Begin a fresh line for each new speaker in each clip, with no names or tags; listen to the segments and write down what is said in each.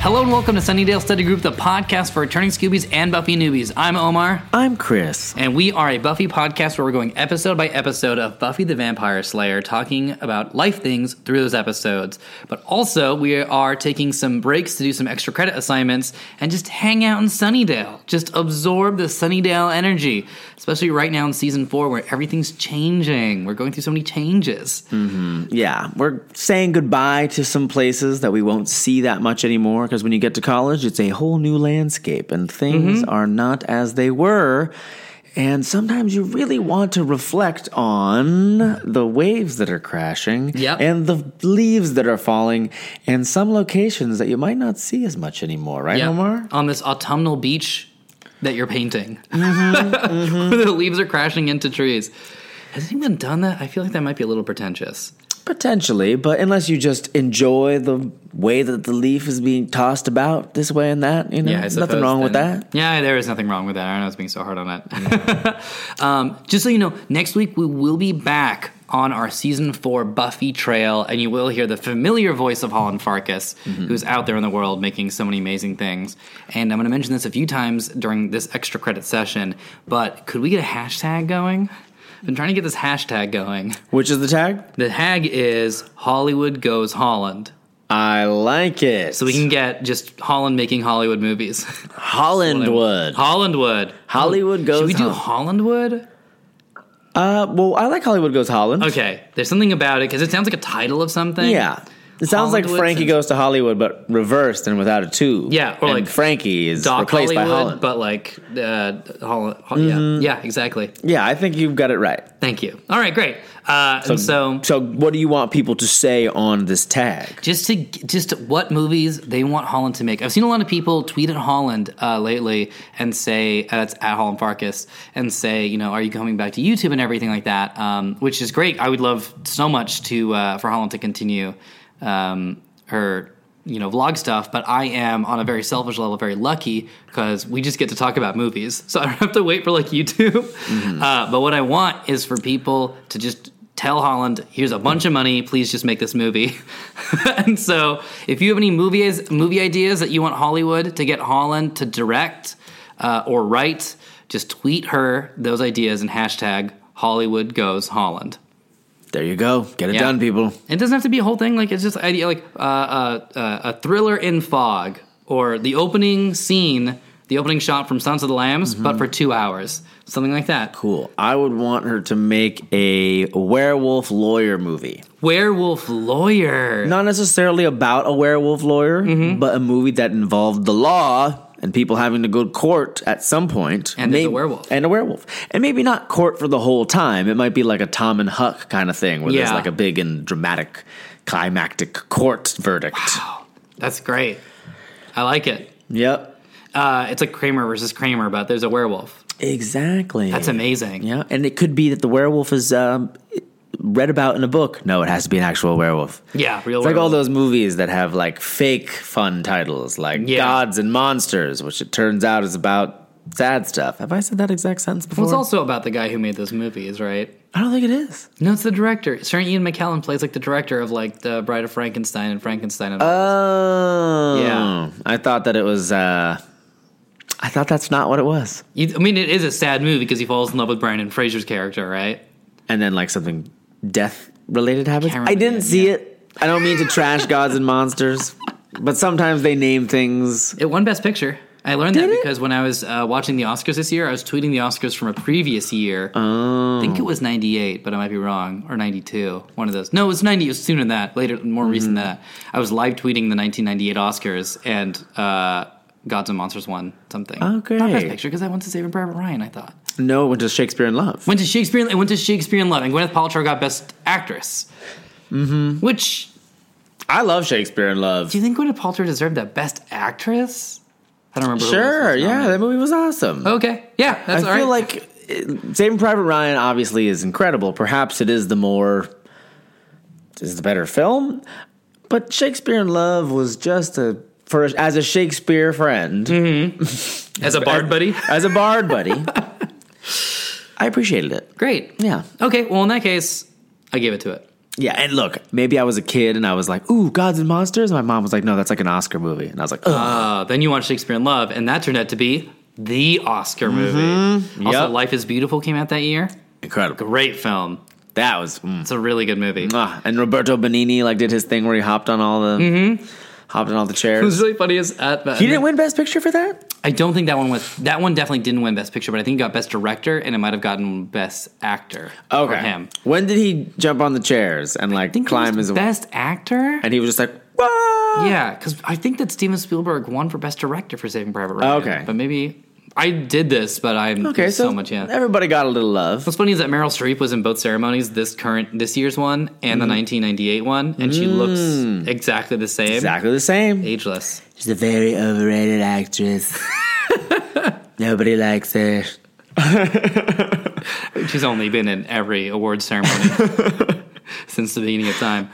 Hello and welcome to Sunnydale Study Group, the podcast for returning Scoobies and Buffy newbies. I'm Omar,
I'm Chris.
and we are a Buffy podcast where we're going episode by episode of Buffy the Vampire Slayer, talking about life things through those episodes. But also, we are taking some breaks to do some extra credit assignments and just hang out in Sunnydale. Just absorb the Sunnydale energy, especially right now in season four where everything's changing. We're going through so many changes.
Yeah, we're saying goodbye to some places that we won't see that much anymore because when you get to college, it's a whole new landscape and things
Mm-hmm.
are not as they were. And sometimes you really want to reflect on the waves that are crashing
Yep.
and the leaves that are falling and some locations that you might not see as much anymore, right,
Yeah.
Omar?
On this autumnal beach that you're painting. Where the leaves are crashing into trees. Has anyone done that? I feel like that might be a little pretentious.
Potentially, but unless you just enjoy the way that the leaf is being tossed about this way and that, you know,
Yeah, I
nothing
suppose
wrong with
then-
that.
Yeah, there is nothing wrong with that. I don't know I was being so hard on that.
Mm.
um, just so you know, next week we will be back on our season four Buffy trail, and you will hear the familiar voice of Holland Farkas,
Mm-hmm.
who's out there in the world making so many amazing things. And I'm going to mention this a few times during this extra credit session, but could we get a hashtag going? I've been trying to get this hashtag going.
Which is the tag?
The tag is Hollywood Goes Holland.
I like it.
So we can get just Holland making Hollywood movies.
Hollandwood.
Hollandwood.
Hollywood goes
Should we do Hollandwood?
Uh, well, I like Hollywood Goes Holland.
Okay, there's something about it because it sounds like a title of something.
Yeah. It sounds like
Hollywood
Frankie
since-
goes to Hollywood, but reversed and without a two.
Yeah, or
and
like
Frankie is
Doc Hollywood,
replaced by Mm-hmm. Holland.
but like uh, Holland. Ho- Yeah, yeah, exactly.
yeah, I think you've got it right.
Thank you. All right, great. Uh, and so
So, what do you want people to say on this tag?
just to just what movies they want Holland to make. I've seen a lot of people tweet at Holland uh, lately and say uh, it's at Holland Farkas and say you know are you coming back to YouTube and everything like that, um, which is great. I would love so much to uh, for Holland to continue um, her you know vlog stuff, but I am on a very selfish level very lucky because we just get to talk about movies, so I don't have to wait for like YouTube. Uh, but what I want is for people to just tell Holland, here's a bunch of money. Please just make this movie. and so, if you have any movies, movie ideas that you want Hollywood to get Holland to direct uh, or write, just tweet her those ideas and hashtag Hollywood goes Holland.
There you go. Get it
Yeah.
done, people.
It doesn't have to be a whole thing. Like it's just idea like uh, uh, uh, a thriller in fog or the opening scene, the opening shot from Sons of the Lambs,
Mm-hmm.
but for two hours, something like that.
Cool. I would want her to make a werewolf lawyer movie.
Werewolf lawyer.
Not necessarily about a werewolf lawyer,
Mm-hmm.
but a movie that involved the law and people having to go to court at some point.
And there's a
Maybe-
werewolf.
And a werewolf. And maybe not court for the whole time. It might be like a Tom and Huck kind of thing where there's
Yeah.
like a big and dramatic climactic court verdict.
That's great. I like it.
Yep.
Uh, it's like Kramer versus Kramer, but there's a werewolf.
Exactly.
That's amazing.
Yeah. And it could be that the werewolf is um, read about in a book. No, it has to be an actual werewolf.
Yeah, real.
It's like all
werewolf.
those movies that have like fake fun titles, like
Yeah.
Gods and Monsters, which it turns out is about sad stuff. Have I said that exact sentence before?
Well, it's also about the guy who made those movies, right?
I don't think it is.
No, it's the director. Sir Ian McKellen plays like the director of like the Bride of Frankenstein and Frankenstein. And
Oh,
Yeah.
I thought that it was. uh I thought that's not what it was.
You- I mean, it is a sad movie because he falls in love with Brandon Fraser's character, right?
And then like something death related happens.
Can't remember
I didn't
the
see it. I don't mean to trash Gods and Monsters, but sometimes they name things.
It won Best Picture. I learned that
Did it?
because when I was uh, watching the Oscars this year, I was tweeting the Oscars from a previous year. I think it was 98, but I might be wrong, or 92, one of those. No, it was 90, it was sooner than that, later, more recent than that. I was live tweeting the 1998 Oscars, and uh, Gods and Monsters won something.
Oh,
Not Best
great.
Picture, because I went to Saving Private Ryan, I thought.
No, it went to Shakespeare in Love.
Went to Shakespeare. Went to Shakespeare in Love, and Gwyneth Paltrow got Best Actress. Mm-hmm. Which
I love Shakespeare in Love.
do you think Gwyneth Paltrow deserved that Best Actress? I don't remember. who else
Sure,
was
yeah,
nominated.
that movie was awesome.
Okay. Yeah. That's all
I feel
right.
like uh, Saving Private Ryan obviously is incredible. Perhaps it is the more is the better film, but Shakespeare in Love was just a for as a Shakespeare friend,
as a bard buddy.
as a bard buddy. I appreciated it.
Great.
Yeah.
Okay. Well, in that case, I gave it to it.
Yeah, and look, maybe I was a kid and I was like, "Ooh, Gods and Monsters." My mom was like, "No, that's like an Oscar movie," and I was like, "Ugh."
Uh, then you watched Shakespeare in Love, and that turned out to be the Oscar movie. Also,
Mm-hmm. Yep.
Life is Beautiful came out that year.
Incredible.
Great film.
That was. Mm.
It's a really good movie.
Ah, and Roberto Benini like did his thing where he hopped on all the hopped on all the
It
chairs.
was really funny is at the,
He didn't win Best Picture for that.
I don't think that one was that one definitely didn't win best picture, but I think he got best director and it might have gotten best actor for him.
When did he jump on the chairs and like
I think he
climb
was
his?
best actor.
And he was just like, "Whoa!"
yeah, because I think that Steven Spielberg won for best director for Saving Private Ryan.
Okay.
but maybe I did this, but I'm
Okay, so,
much. Yeah,
everybody got a little love.
What's funny is that Meryl Streep was in both ceremonies, this current this year's one and
Mm-hmm.
the 1998 one, and she
Mm.
looks exactly the same,
Exactly the same.
ageless.
She's a very overrated actress. Nobody likes her.
She's only been in every award ceremony since the beginning of time.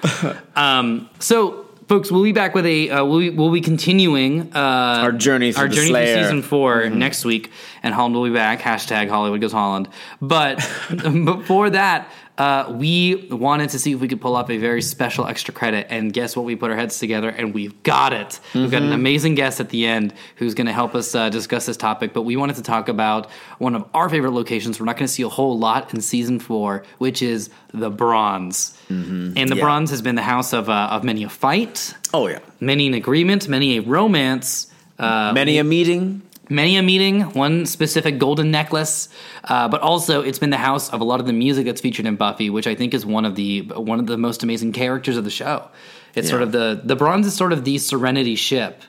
Um, so, folks, we'll be back with a uh, we'll, be, we'll be continuing uh,
Our journey through
our
the
journey
Slayer. Mm-hmm.
through season 4 next week, and Holland will be back. Hashtag Hollywood goes Holland. But before that, uh, we wanted to see if we could pull up a very special extra credit, and guess what? We put our heads together, and we've got it. We've got
Mm-hmm.
an amazing guest at the end who's going to help us uh, discuss this topic. But we wanted to talk about one of our favorite locations. We're not going to see a whole lot in season four, which is the Bronze, and the
Mm-hmm. Yeah.
Bronze has been the house of uh, of many a fight,
Oh yeah.
many an agreement, many a romance. Uh,
Many a meeting.
many a meeting, one specific golden necklace, uh, but also it's been the house of a lot of the music that's featured in Buffy, which I think is one of the one of the most amazing characters of the show. It's sort
Yeah.
of the the bronze is sort of the Serenity ship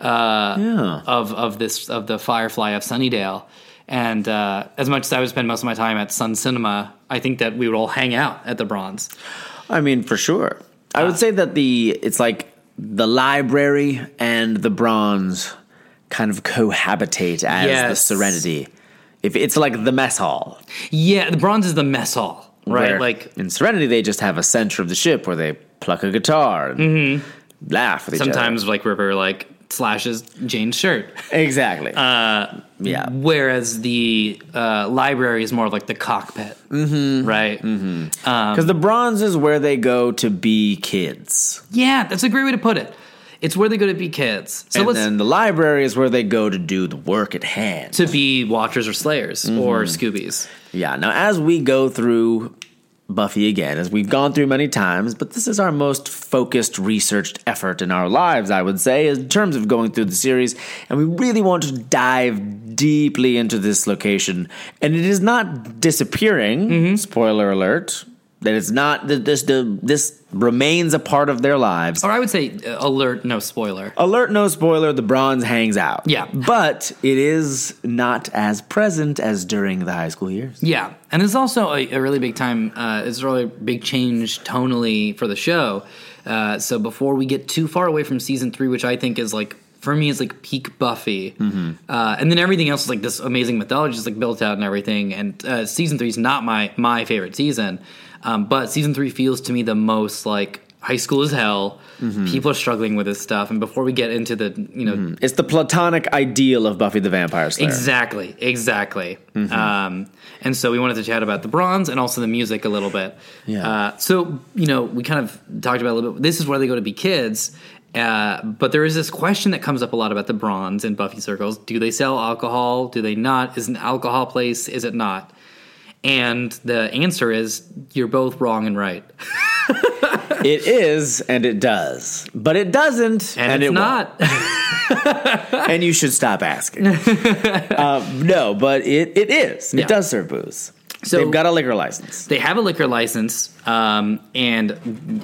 Uh,
Yeah.
of of this of the Firefly of Sunnydale. And uh, as much as I would spend most of my time at Sun Cinema, I think that we would all hang out at the Bronze.
I mean, for sure.
Uh,
I would say that the it's like the library and the bronze kind of cohabitate as the
Yes.
serenity. If it's like the mess hall,
Yeah, the Bronze is the mess hall, right?
where
Like
in Serenity, they just have a center of the ship where they pluck a guitar and laugh with each
Mm-hmm. sometimes, like River, like slashes Jane's shirt.
other. Exactly.
Um,
Uh, yeah.
Whereas the uh, library is more like the cockpit, mm-hmm. right?
Because the bronze is where they go to be kids,
Yeah, that's a great way to put it. It's where they go to be kids. So
and
let's
then the library is where they go to do the work at hand.
to be Watchers or Slayers or Scoobies.
Yeah. Now, as we go through Buffy again, as we've gone through many times, but this is our most focused, researched effort in our lives, I would say, in terms of going through the series. And we really want to dive deeply into this location. And it is not disappearing, spoiler alert. That it's not that this the, this remains a part of their lives.
Or I would say uh, alert, no spoiler.
Alert, no spoiler. The bronze hangs out.
Yeah.
but it is not as present as during the high school years.
Yeah, and it's also a, a really big time. Uh, it's a really big change tonally for the show. Uh, so before we get too far away from season three, which I think is like for me is like peak Buffy, uh, and then everything else is like this amazing mythology is like built out and everything. And uh, season three is not my my favorite season, um, but season three feels to me the most like high school is hell. People are struggling with this stuff, and before we get into the you know
It's the platonic ideal of Buffy the Vampire Slayer.
Exactly, exactly.
Mm-hmm.
Um, and so we wanted to chat about the bronze and also the music a little bit.
Yeah.
Uh, so you know, we kind of talked about it a little bit. This is where they go to be kids. Uh, but there is this question that comes up a lot about the bronze in Buffy circles: Do they sell alcohol? Do they not? Is an alcohol place? Is it not? And the answer is you're both wrong and right.
It is, and it does, but it doesn't,
And, it's
it
not.
won't. and you should stop asking. uh, no, but it it is.
Yeah.
It does serve booze.
So-
They've got a liquor license.
they have a liquor license, um, and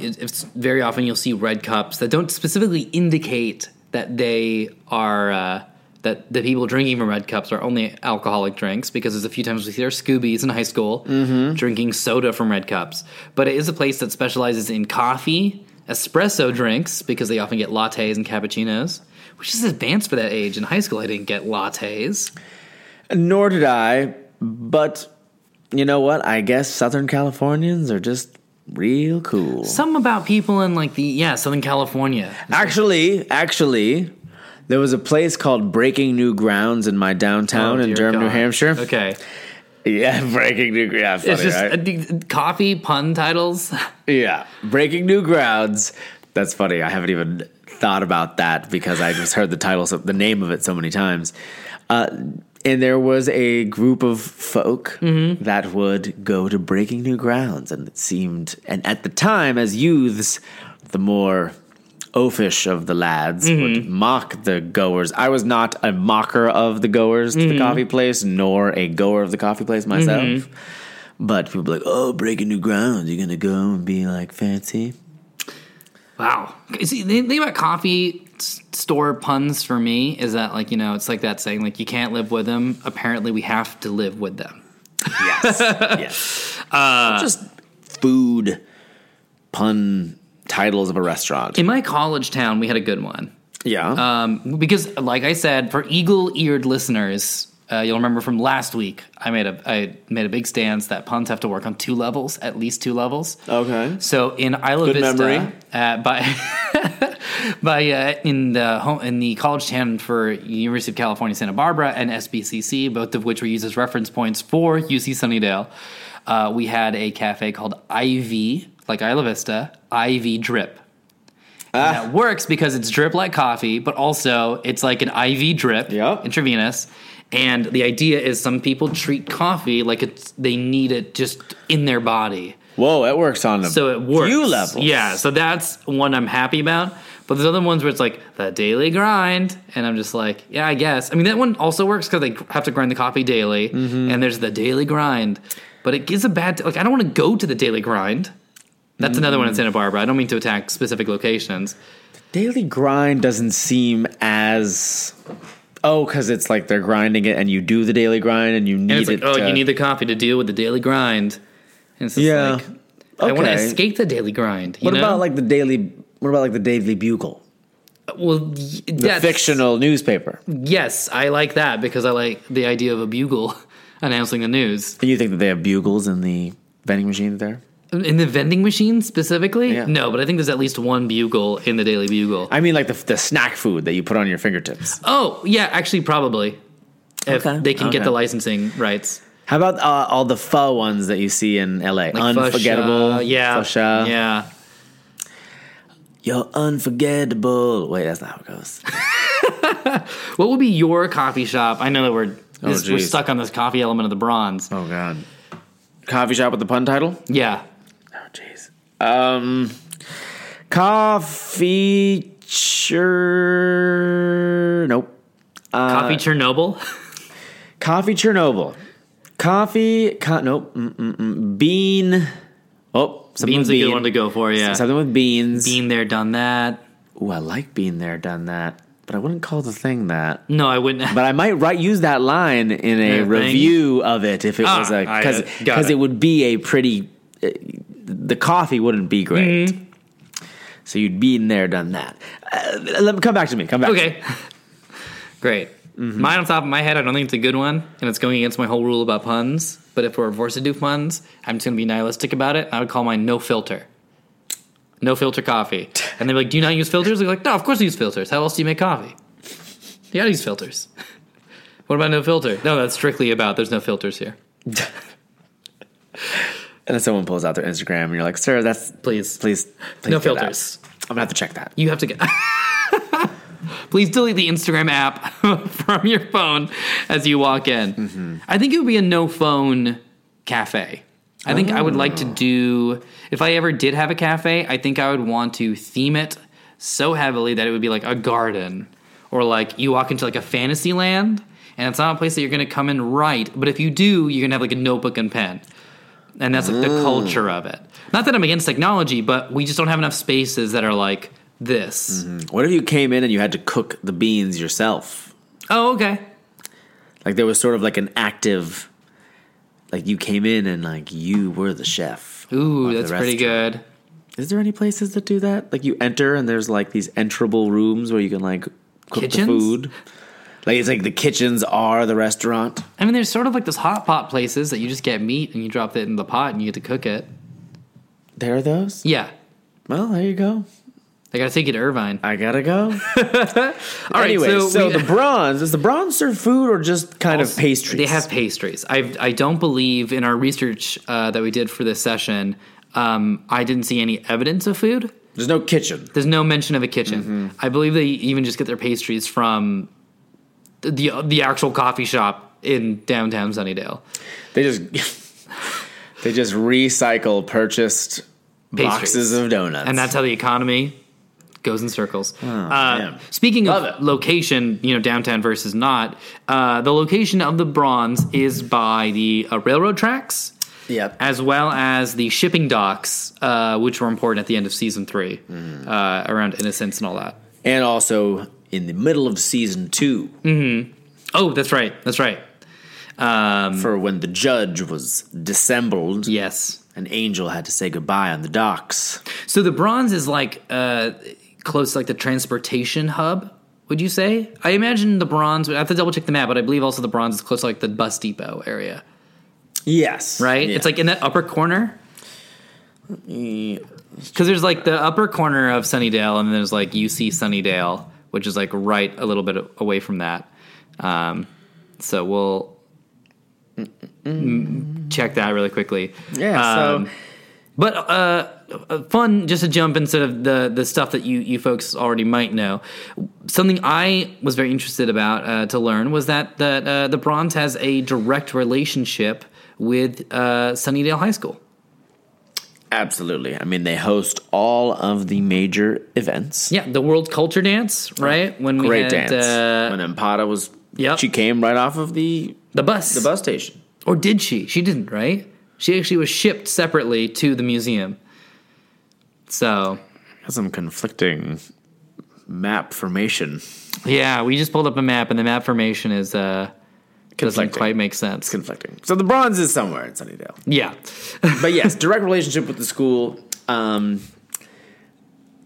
it- it's very often you'll see red cups that don't specifically indicate that they are uh, that the people drinking from red cups are only alcoholic drinks because there's a few times we see our Scoobies in high school
Mm-hmm.
drinking soda from red cups. But it is a place that specializes in coffee, espresso drinks because they often get lattes and cappuccinos. Which is advanced for that age. In high school, I didn't get lattes.
Nor did I, but you know what? I guess Southern Californians are just real cool.
Something about people in like the yeah Southern California.
Actually, actually, there was a place called Breaking New Grounds in my downtown
Oh,
in
dear
Durham, New
God.
Hampshire.
Okay.
Yeah, breaking new ground. Yeah, funny,
It's just
right?
uh, the- coffee pun titles.
Yeah, breaking new grounds. That's funny. I haven't even thought about that because I just heard the title, so, the name of it, so many times. Uh, and there was a group of folk that would go to breaking new grounds, and it seemed, and at the time, as youths, the more oafish of the lads would mock the goers. I was not a mocker of the goers to the coffee place, nor a goer of the coffee place myself. But people be like, oh, breaking new ground. You're gonna go and be like fancy.
Wow. See, the thing about coffee s- store puns for me is that, like, you know, it's like that saying, like, you can't live with them. Apparently, we have to live with them.
Yes, yes. Just food pun titles of a restaurant.
In my college town, we had a good one.
yeah,
Um, because, like I said, for eagle-eared listeners, uh, you'll remember from last week, I made a I made a big stance that puns have to work on two levels, at least two levels.
Okay.
So in Isla
Good
Vista,
memory.
Uh, by by uh, in the home, in the college town for University of California Santa Barbara and SBCC, both of which were used as reference points for UC Sunnydale. Uh, we had a cafe called IV, like Isla Vista, IV Drip. And that works because it's drip like coffee, but also it's like an IV drip,
Yep.
intravenous. And the idea is some people treat coffee like it's they need it just in their body.
whoa, it works on a
So it works.
few levels.
Yeah, so that's one I'm happy about. But there's other ones where it's like the daily grind, and I'm just like, yeah, I guess. I mean, that one also works because they have to grind the coffee daily,
Mm-hmm.
and there's the daily grind. But it gives a bad like I don't want to go to the daily grind. That's
Mm-hmm.
another one in Santa Barbara. I don't mean to attack specific locations.
daily grind doesn't seem as oh, because it's like they're grinding it, and you do the daily grind, and you uh, need
And it's like,
it.
oh,
to-
you need the coffee to deal with the daily grind. And it's just
Yeah.
like, I want to
Okay.
escape the daily grind. You
What
know?
about like the daily? What about like the Daily Bugle,
well, y-
the
that's,
fictional newspaper?
Yes, I like that because I like the idea of a bugle announcing the news
Do you think that they have bugles in the vending machine there?
in the vending machine specifically.
Yeah.
No, but I think there's at least one bugle in the Daily Bugle.
I mean, like the, the snack food that you put on your fingertips.
oh, yeah, actually, probably if
Okay,
they can get
okay.
the licensing rights.
How about uh, all the pho ones that you see in LA?
Like
unforgettable.
fuchsia, yeah,
Fuchsia.
yeah.
You're unforgettable. Wait, that's not how it goes.
What would be your coffee shop? I know that we're this, we're
geez.
stuck on this coffee element of the bronze.
Oh, God. Coffee shop with the pun title?
Yeah,
Oh, jeez. Um, coffee. Chur- nope. Uh,
coffee Chernobyl.
Coffee Chernobyl. Coffee. Co- nope. Mm-mm-mm. Bean. Oh, something
Beans
with
a
bean.
good one to go for. Yeah,
Something with beans.
bean there, done that.
Ooh, I like being there, done that, but I wouldn't call the thing that.
No, I wouldn't.
But I might right use that line in a
Yeah, thing.
review of it if it
Ah,
was
I,
a
uh,
because
got
because
it.
it. would be a pretty. Uh, the coffee wouldn't be great.
Mm-hmm.
So you'd be in there, done that. Uh, let me come back to me. Come back.
Okay. Great. Mine on top of my head, I don't think it's a good one, and it's going against my whole rule about puns. But if we're forced to do puns, I'm just going to be nihilistic about it. I would call mine no filter. No filter coffee. And they're like, Do you not use filters? They're like, No, of course I use filters. How else do you make coffee? You gotta use filters. What about no filter? No, that's strictly about there's no filters here.
And then someone pulls out their Instagram, and you're like, "Sir, that's
Please.
please, please
no
do that."
filters.
I'm gonna have to check that.
You have to get. Please delete the Instagram app from your phone as you walk in. I think it would be a no phone cafe. I think I would like to do, if I ever did have a cafe, I think I would want to theme it so heavily that it would be like a garden or like you walk into like a fantasy land and it's not a place that you're going to come in right. But if you do, you're going to have like a notebook and pen and that's like
Mm.
the culture of it. Not that I'm against technology, but we just don't have enough spaces that are like this.
What if you came in and you had to cook the beans yourself?
Oh, okay.
Like there was sort of like an active, like you came in and like you were the chef.
Ooh,
of the
that's pretty
restaurant.
good.
Is there any places that do that? Like you enter and there's like these enterable rooms where you can like cook
Kitchens?
the food. Like it's like the kitchens are the restaurant.
I mean, there's sort of like those hot pot places that you just get meat and you drop it in the pot and you get to cook it.
There are those.
Yeah.
Well, there you go.
They got to take you to Irvine.
I gotta go.
All right,
anyway, so,
we-
the bronze is the bronze serve food or just kind of pastries?
They have pastries. I I don't believe in our research uh, that we did for this session. Um, I didn't see any evidence of food.
There's no kitchen.
There's no mention of a kitchen.
Mm-hmm.
I believe they even just get their pastries from the the, the actual coffee shop in downtown Sunnydale.
They just they just recycle purchased boxes
Pastries.
of donuts.
and that's how the economy goes in circles. uh,
Oh, man.
speaking
Love
of
it.
location, you know, downtown versus not, uh, the location of the bronze is by the uh, railroad tracks,
Yep.
as well as the shipping docks, uh, which were important at the end of season three,
Mm.
uh, around Innocence and all that.
and also in the middle of season 2
Oh, that's right, that's right.
for when the judge was dissembled,
Yes.
an angel had to say goodbye on the docks.
So the bronze is like uh, close, to like the transportation hub. Would you say? I imagine the bronze. I have to double check the map, but I believe also the bronze is close to like the bus depot area.
Yes,
right?
Yeah.
It's like in that upper corner. Because there's like the upper corner of Sunnydale, and then there's like UC Sunnydale, which is like right a little bit away from that. Um, so we'll mm, check that really quickly.
yeah. So
Um, but uh, uh, fun, just to jump instead of the the stuff that you you folks already might know. Something I was very interested about uh, to learn was that that uh, the bronze has a direct relationship with uh, Sunnydale High School.
absolutely. I mean, they host all of the major events.
Yeah, the World Culture Dance, right? When we
Oh, Great
had,
dance.
uh,
when Empata was,
Yep.
she came right off of the
the bus,
the bus station.
or did she? She didn't, right? She actually was shipped separately to the museum. So
Has some conflicting map formation.
yeah, we just pulled up a map, and the map formation is uh, doesn't
Conflicting.
quite make sense.
conflicting. So the bronze is somewhere in Sunnydale.
Yeah.
But yes, direct relationship with the school. Um,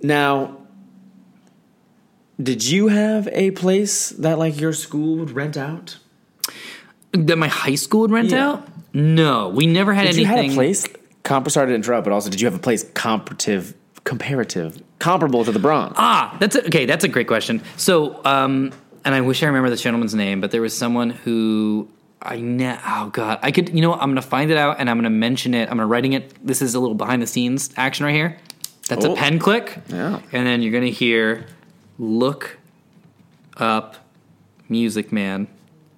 now, did you have a place that like your school would rent out?
that my high school would rent
Yeah.
out? No, we never had
Did you
anything.
have a place? Comp- sorry to interrupt, but also did you have a place comparative, comparative, comparable to the bronze?
Ah, that's a, okay. That's a great question. So, um, and I wish I remember this gentleman's name, but there was someone who I know. Oh God, I could. You know, what? I'm gonna find it out, and I'm gonna mention it. I'm gonna writing it. This is a little behind the scenes action right here. That's
Oh.
a pen click.
Yeah.
And then you're gonna hear, look, up, Music Man,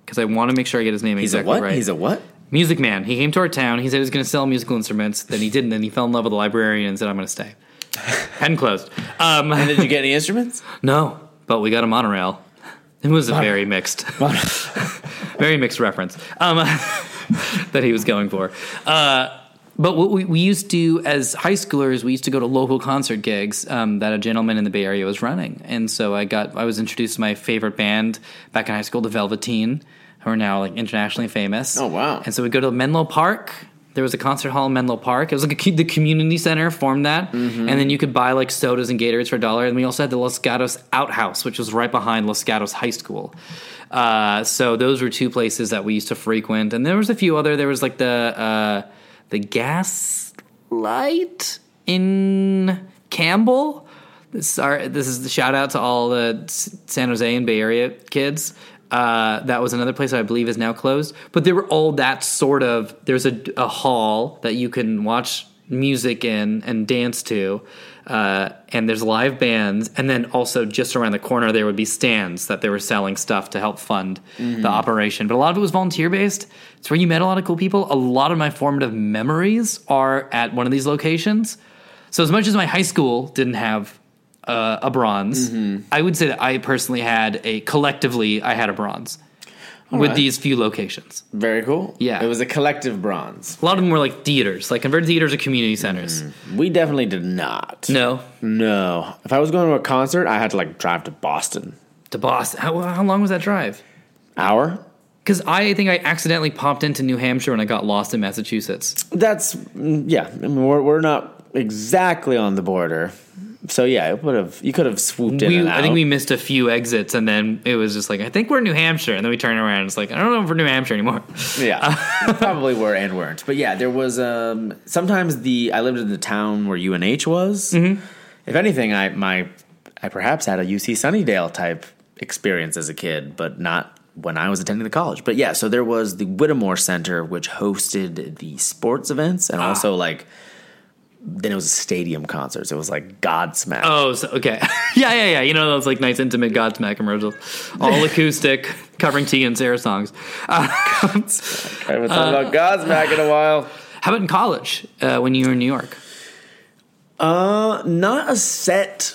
because I want to make sure I get his name
He's
exactly
a what?
right.
He's a what?
Music Man. He came to our town. He said he was going to sell musical instruments. Then he didn't. Then he fell in love with the librarian and said, "I'm going to stay." Pen closed. Um,
Did you get any instruments?
no, but we got a monorail. It was a very mixed, very mixed reference um, that he was going for. Uh, but what we, we used to, as high schoolers, we used to go to local concert gigs um, that a gentleman in the Bay Area was running, and so I got I was introduced to my favorite band back in high school, the Velveteen, who are now like internationally famous.
Oh, wow.
And so we go to Menlo Park. There was a concert hall in Menlo Park. It was like a, co- the community center formed that, and then you could buy like sodas and Gatorades for a dollar. And we also had the Los Gatos Outhouse, which was right behind Los Gatos High School. Uh, so those were two places that we used to frequent, and there was a few other. There was like the uh, the gas light in Campbell. Sorry, this is the shout out to all the S- San Jose and Bay Area kids. Uh, that was another place I believe is now closed. But there were all that sort of. There's a, a hall that you can watch music in and dance to, uh, and there's live bands. And then also just around the corner there would be stands that they were selling stuff to help fund the operation. But a lot of it was volunteer based. It's where you met a lot of cool people. A lot of my formative memories are at one of these locations. So as much as my high school didn't have uh, a bronze, I would say that I personally had a collectively I had a bronze with
right.
these few locations.
Very cool.
Yeah.
It was a collective bronze.
A lot of them were like theaters, like converted theaters or community centers.
We definitely did not.
No,
No. If I was going to a concert, I had to like drive to Boston.
to Boston. How, how long was that drive?
Hour?
Because I think I accidentally popped into New Hampshire when I got lost in Massachusetts.
That's mm, yeah. I mean, we're we're not exactly on the border, so yeah, it would have you could have swooped in.
We-
and
I
out.
think we missed a few exits, and then it was just like I think we're in New Hampshire, and then we turn around. And it's like I don't know if we're New Hampshire anymore.
yeah, we probably were and weren't. But yeah, there was um sometimes the I lived in the town where UNH was, if anything, I my I perhaps had a UC Sunnydale type experience as a kid, but not when I was attending the college. But yeah, so there was the Whittemore Center, which hosted the sports events and also like then it was stadium concerts. It was like Godsmack.
Oh, so, okay. yeah, yeah, yeah. You know those like nice, intimate Godsmack commercials, all acoustic, covering T and Sarah songs. Uh,
I haven't thought about Godsmack in a while.
how about in college uh, when you were in New York?
Uh, not a set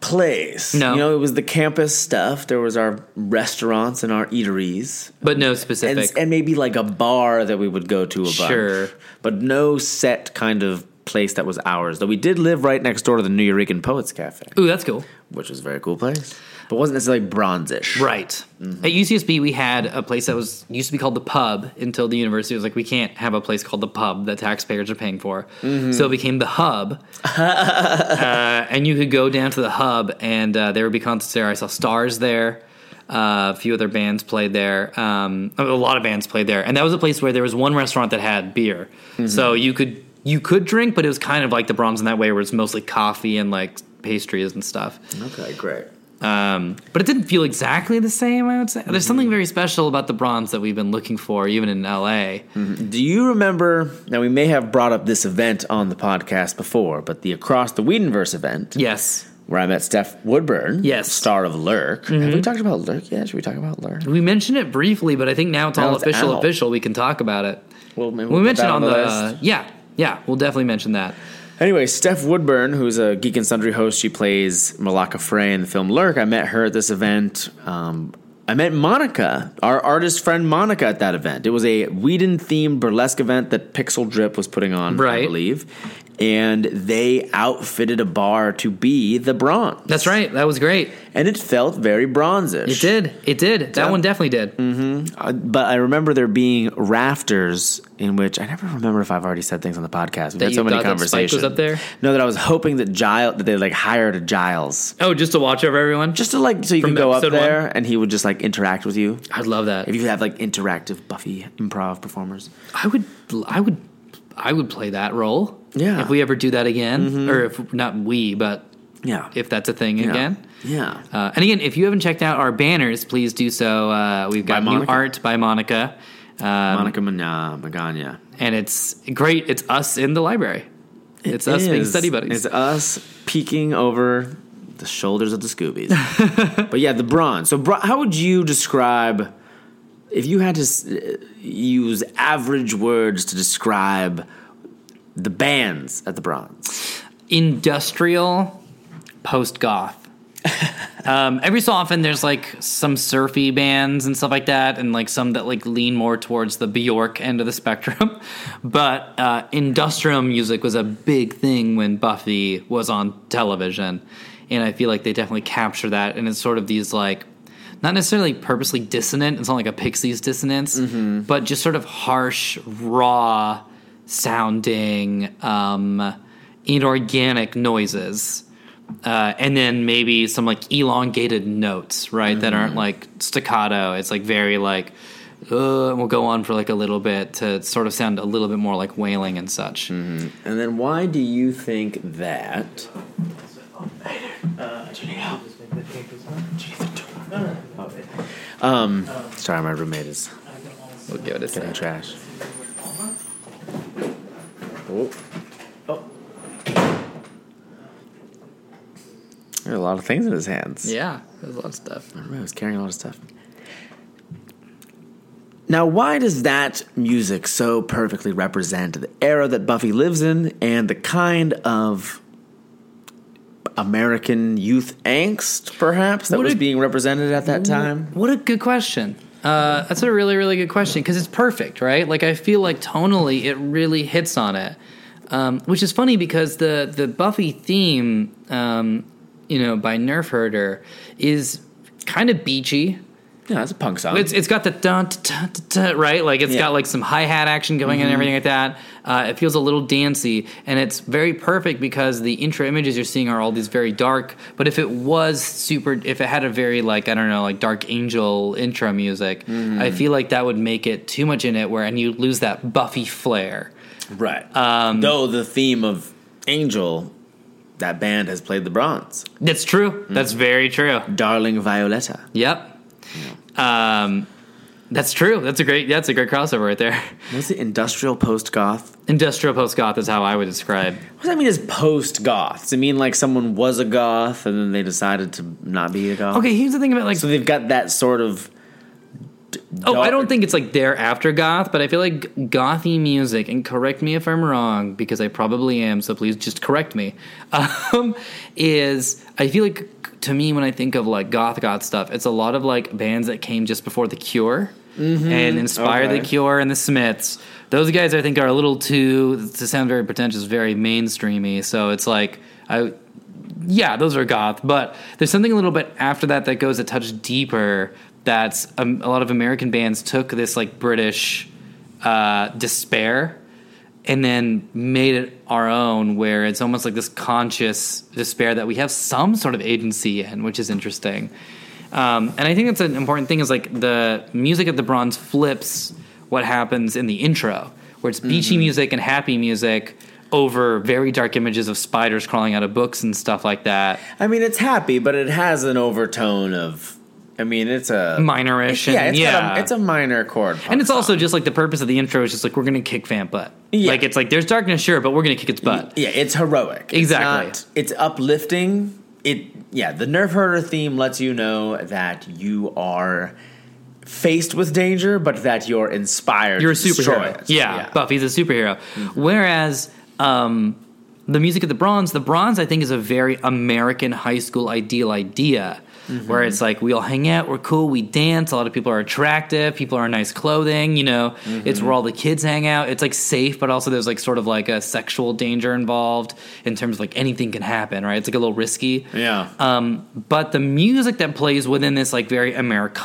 place.
No.
you know, it was the campus stuff. There was our restaurants and our eateries,
But no
and
specific.
and maybe like a bar that we would go to a bunch.
Sure.
but no set kind of place that was ours. Though we did live right next door to the New Eurekan Poets Cafe,
Ooh, that's cool.
which was a very cool place, but wasn't necessarily bronzish.
Right. At UCSB, we had a place that was used to be called the pub until the university was like, we can't have a place called the pub that taxpayers are paying for. So it became the hub. uh, and you could go down to the hub, and uh, there would be concerts there. I saw Stars there. Uh, a few other bands played there. Um, a lot of bands played there, and that was a place where there was one restaurant that had beer, so you could you could drink, but it was kind of like the Brahms in that way, where it's mostly coffee and like pastries and stuff.
Okay, great.
Um, but it didn't feel exactly the same, I would say. There's
Mm.
something very special about the bronze that we've been looking for, even in LA.
Do you remember? Now we may have brought up this event on the podcast before, but the Across the Whedonverse event.
Yes.
where I met Steph Woodburn,
Yes. Mm-hmm.
star of Lurk. Have we talked about Lurk yet? Should we talk about Lurk?
We mentioned it briefly, but I think now it's all
Now it's
official,
out.
official. We can talk about it.
Well, maybe
we
put
mentioned
that
on the,
list.
uh, yeah, yeah, we'll definitely mention that.
Anyway, Steph Woodburn, who's a Geek and Sundry host, she plays Malaka Frey in the film Lurk. I met her at this event. Um, I met Monica, our artist friend Monica, at that event. It was a Whedon themed burlesque event that Pixel Drip was putting on, I
Right.
believe. And they outfitted a bar to be the bronze.
That's right. That was great.
And it felt very bronzish.
It did. It did. That one definitely did.
Uh, but I remember there being rafters in which I never remember if I've already said things on the podcast. We've
That
had so
you
many
thought that Spike
conversations.
was up there?
No, that I was hoping that Giles that they like hired a Giles
Oh, just to watch over everyone.
just to like so you
From
could go up
episode
there and he would just like interact with you.
I'd love that.
If you have like interactive Buffy improv performers,
I would, I would, I would play that role.
Yeah.
If we ever do that again, or if not we, but
yeah,
if that's a thing
yeah.
again.
yeah,
Uh, and again, if you haven't checked out our banners, please do so. Uh, we've got
By
new
Monica.
art by Monica, um,
Monica Mana- Magana.
and it's great. It's us in the library. It's us being
is.
study buddies.
It's us peeking over the shoulders of the Scoobies. but yeah, the bronze. So, bro- how would you describe if you had to s- uh, use average words to describe the bands at the bronze?
Industrial, post goth. um, every so often, there's like some surfy bands and stuff like that, and like some that like lean more towards the Bjork end of the spectrum. but uh, industrial music was a big thing when Buffy was on television, and I feel like they definitely capture that. And it's sort of these like, not necessarily purposely dissonant. It's not like a Pixies dissonance, but just sort of harsh, raw sounding, um, inorganic noises uh, and then maybe some like elongated notes, right? That aren't like staccato. It's like very like, uh, and we'll go on for like a little bit to sort of sound a little bit more like wailing and such.
And then, why do you think that? Um, sorry, my roommate is
We'll give it a second.
getting trash. Oh. There are a lot of things in his hands.
Yeah, there's a lot of stuff.
I was carrying a lot of stuff. Now, why does that music so perfectly represent the era that Buffy lives in and the kind of American youth angst, perhaps, that
Would
was
it-
being represented at that time?
What a good question. Uh, that's a really, really good question because it's perfect, right? Like I feel like tonally it really hits on it, um, which is funny because the the Buffy theme, um, you know, by Nerf Herder, is kind of beachy.
Yeah, it's a punk song.
It's it's got the dun, dun, dun, dun, right, like it's
Yeah.
got like some hi hat action going and everything like that. Uh, it feels a little dancey, and it's very perfect because the intro images you're seeing are all these very dark. But if it was super, if it had a very like I don't know, like Dark Angel intro music, I feel like that would make it too much in it, where and you lose that Buffy flair.
Right. Um, Though the theme of Angel that band has played the Bronze.
That's true. That's very true.
Darling Violetta.
Yep. Um, that's true. That's a great. That's a great crossover right there.
Was it industrial post goth?
Industrial post goth is how I would describe.
What does that mean as post goth? Does it mean like someone was a goth and then they decided to not be a goth?
Okay, here's the thing about like.
So they've got that sort of. d-
oh, I
dark-
don't think it's like they're after goth, but I feel like gothy music. And correct me if I'm wrong, because I probably am. So please just correct me. Um, is I feel like to me when I think of like goth goth stuff, it's a lot of like bands that came just before the Cure and inspired the
Okay.
Cure. Cure and the Smiths. Those guys, I think, are a little too to sound very pretentious, very mainstreamy. So it's like, I, yeah, those are goth, but there's something a little bit after that that goes a touch deeper. That's um, a lot of American bands took this like British uh, despair and then made it our own, where it's almost like this conscious despair that we have some sort of agency in, which is interesting. Um, and I think that's an important thing is like the music of the bronze flips what happens in the intro, where it's
Mm-hmm.
beachy music and happy music over very dark images of spiders crawling out of books and stuff like that.
I mean, it's happy, but it has an overtone of. I mean, it's a
Minorish.
Yeah,
and,
it's,
yeah.
Got a, it's a minor chord.
and it's also just like the purpose of the intro is just like we're gonna kick fan butt.
Yeah.
Like it's like there's darkness, sure, but we're gonna kick its butt.
yeah, it's heroic. It's
Exactly.
not- It's, uplifting. It yeah, the nerve herder theme lets you know that you are faced with danger, but that you're inspired.
You're a
to destroy
superhero.
it.
Yeah, Buffy's a superhero. Whereas um, the music of the Bronze, the Bronze, I think, is a very American high school ideal idea. Where it's like we all hang out, we're cool, we dance. A lot of people are attractive. People are in nice clothing. You know, it's where all the kids hang out. It's like safe, but also there's like sort of like a sexual danger involved in terms of like anything can happen, right? It's like a little risky.
Yeah.
Um, but the music that plays within this like very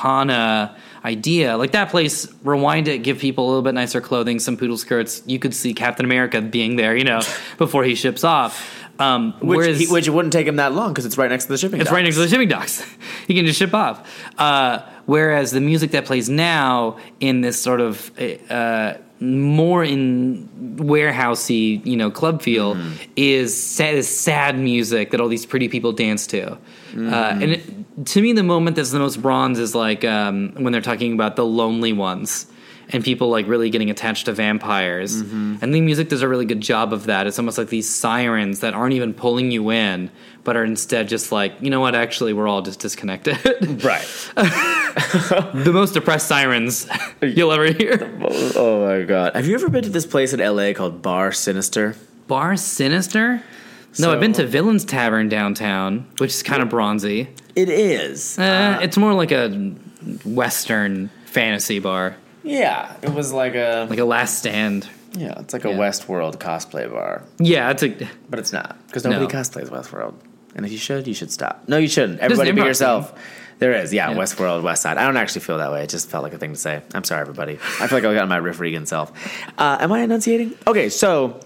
Americana idea, like that place, rewind it, give people a little bit nicer clothing, some poodle skirts. You could see Captain America being there, you know, before he ships off. Um,
which,
whereas
he, which it wouldn't take him that long because it's right next to the shipping.
it's right next to the shipping docks. he can just ship off. Uh, whereas the music that plays now in this sort of uh, more in warehousey, you know, club feel is sad, is sad music that all these pretty people dance to. Uh, and it, to me, the moment that's the most bronze is like um, when they're talking about the lonely ones. And people like really getting attached to vampires, and the music does a really good job of that. It's almost like these sirens that aren't even pulling you in, but are instead just like, you know what? Actually, we're all just disconnected.
Right.
the most depressed sirens you'll ever hear.
Oh my god. Have you ever been to this place in LA called Bar Sinister?
Bar Sinister. No, I've been to Villains Tavern downtown, which is kind of bronzy.
It is.
Uh, it's more like a Western fantasy bar,
Yeah, it was like a
like a Last Stand.
yeah, it's like a
yeah.
Westworld cosplay bar,
Yeah, it's a
but it's not because nobody
No.
cosplays Westworld. And if you should, you should stop. No, you shouldn't. Everybody be
improv
yourself. There is, yeah,
Yeah.
Westworld, West Side. I don't actually feel that way. It just felt like a thing to say. I'm sorry, everybody. I feel like I got my Riff Regan self. Uh, am I enunciating? Okay, so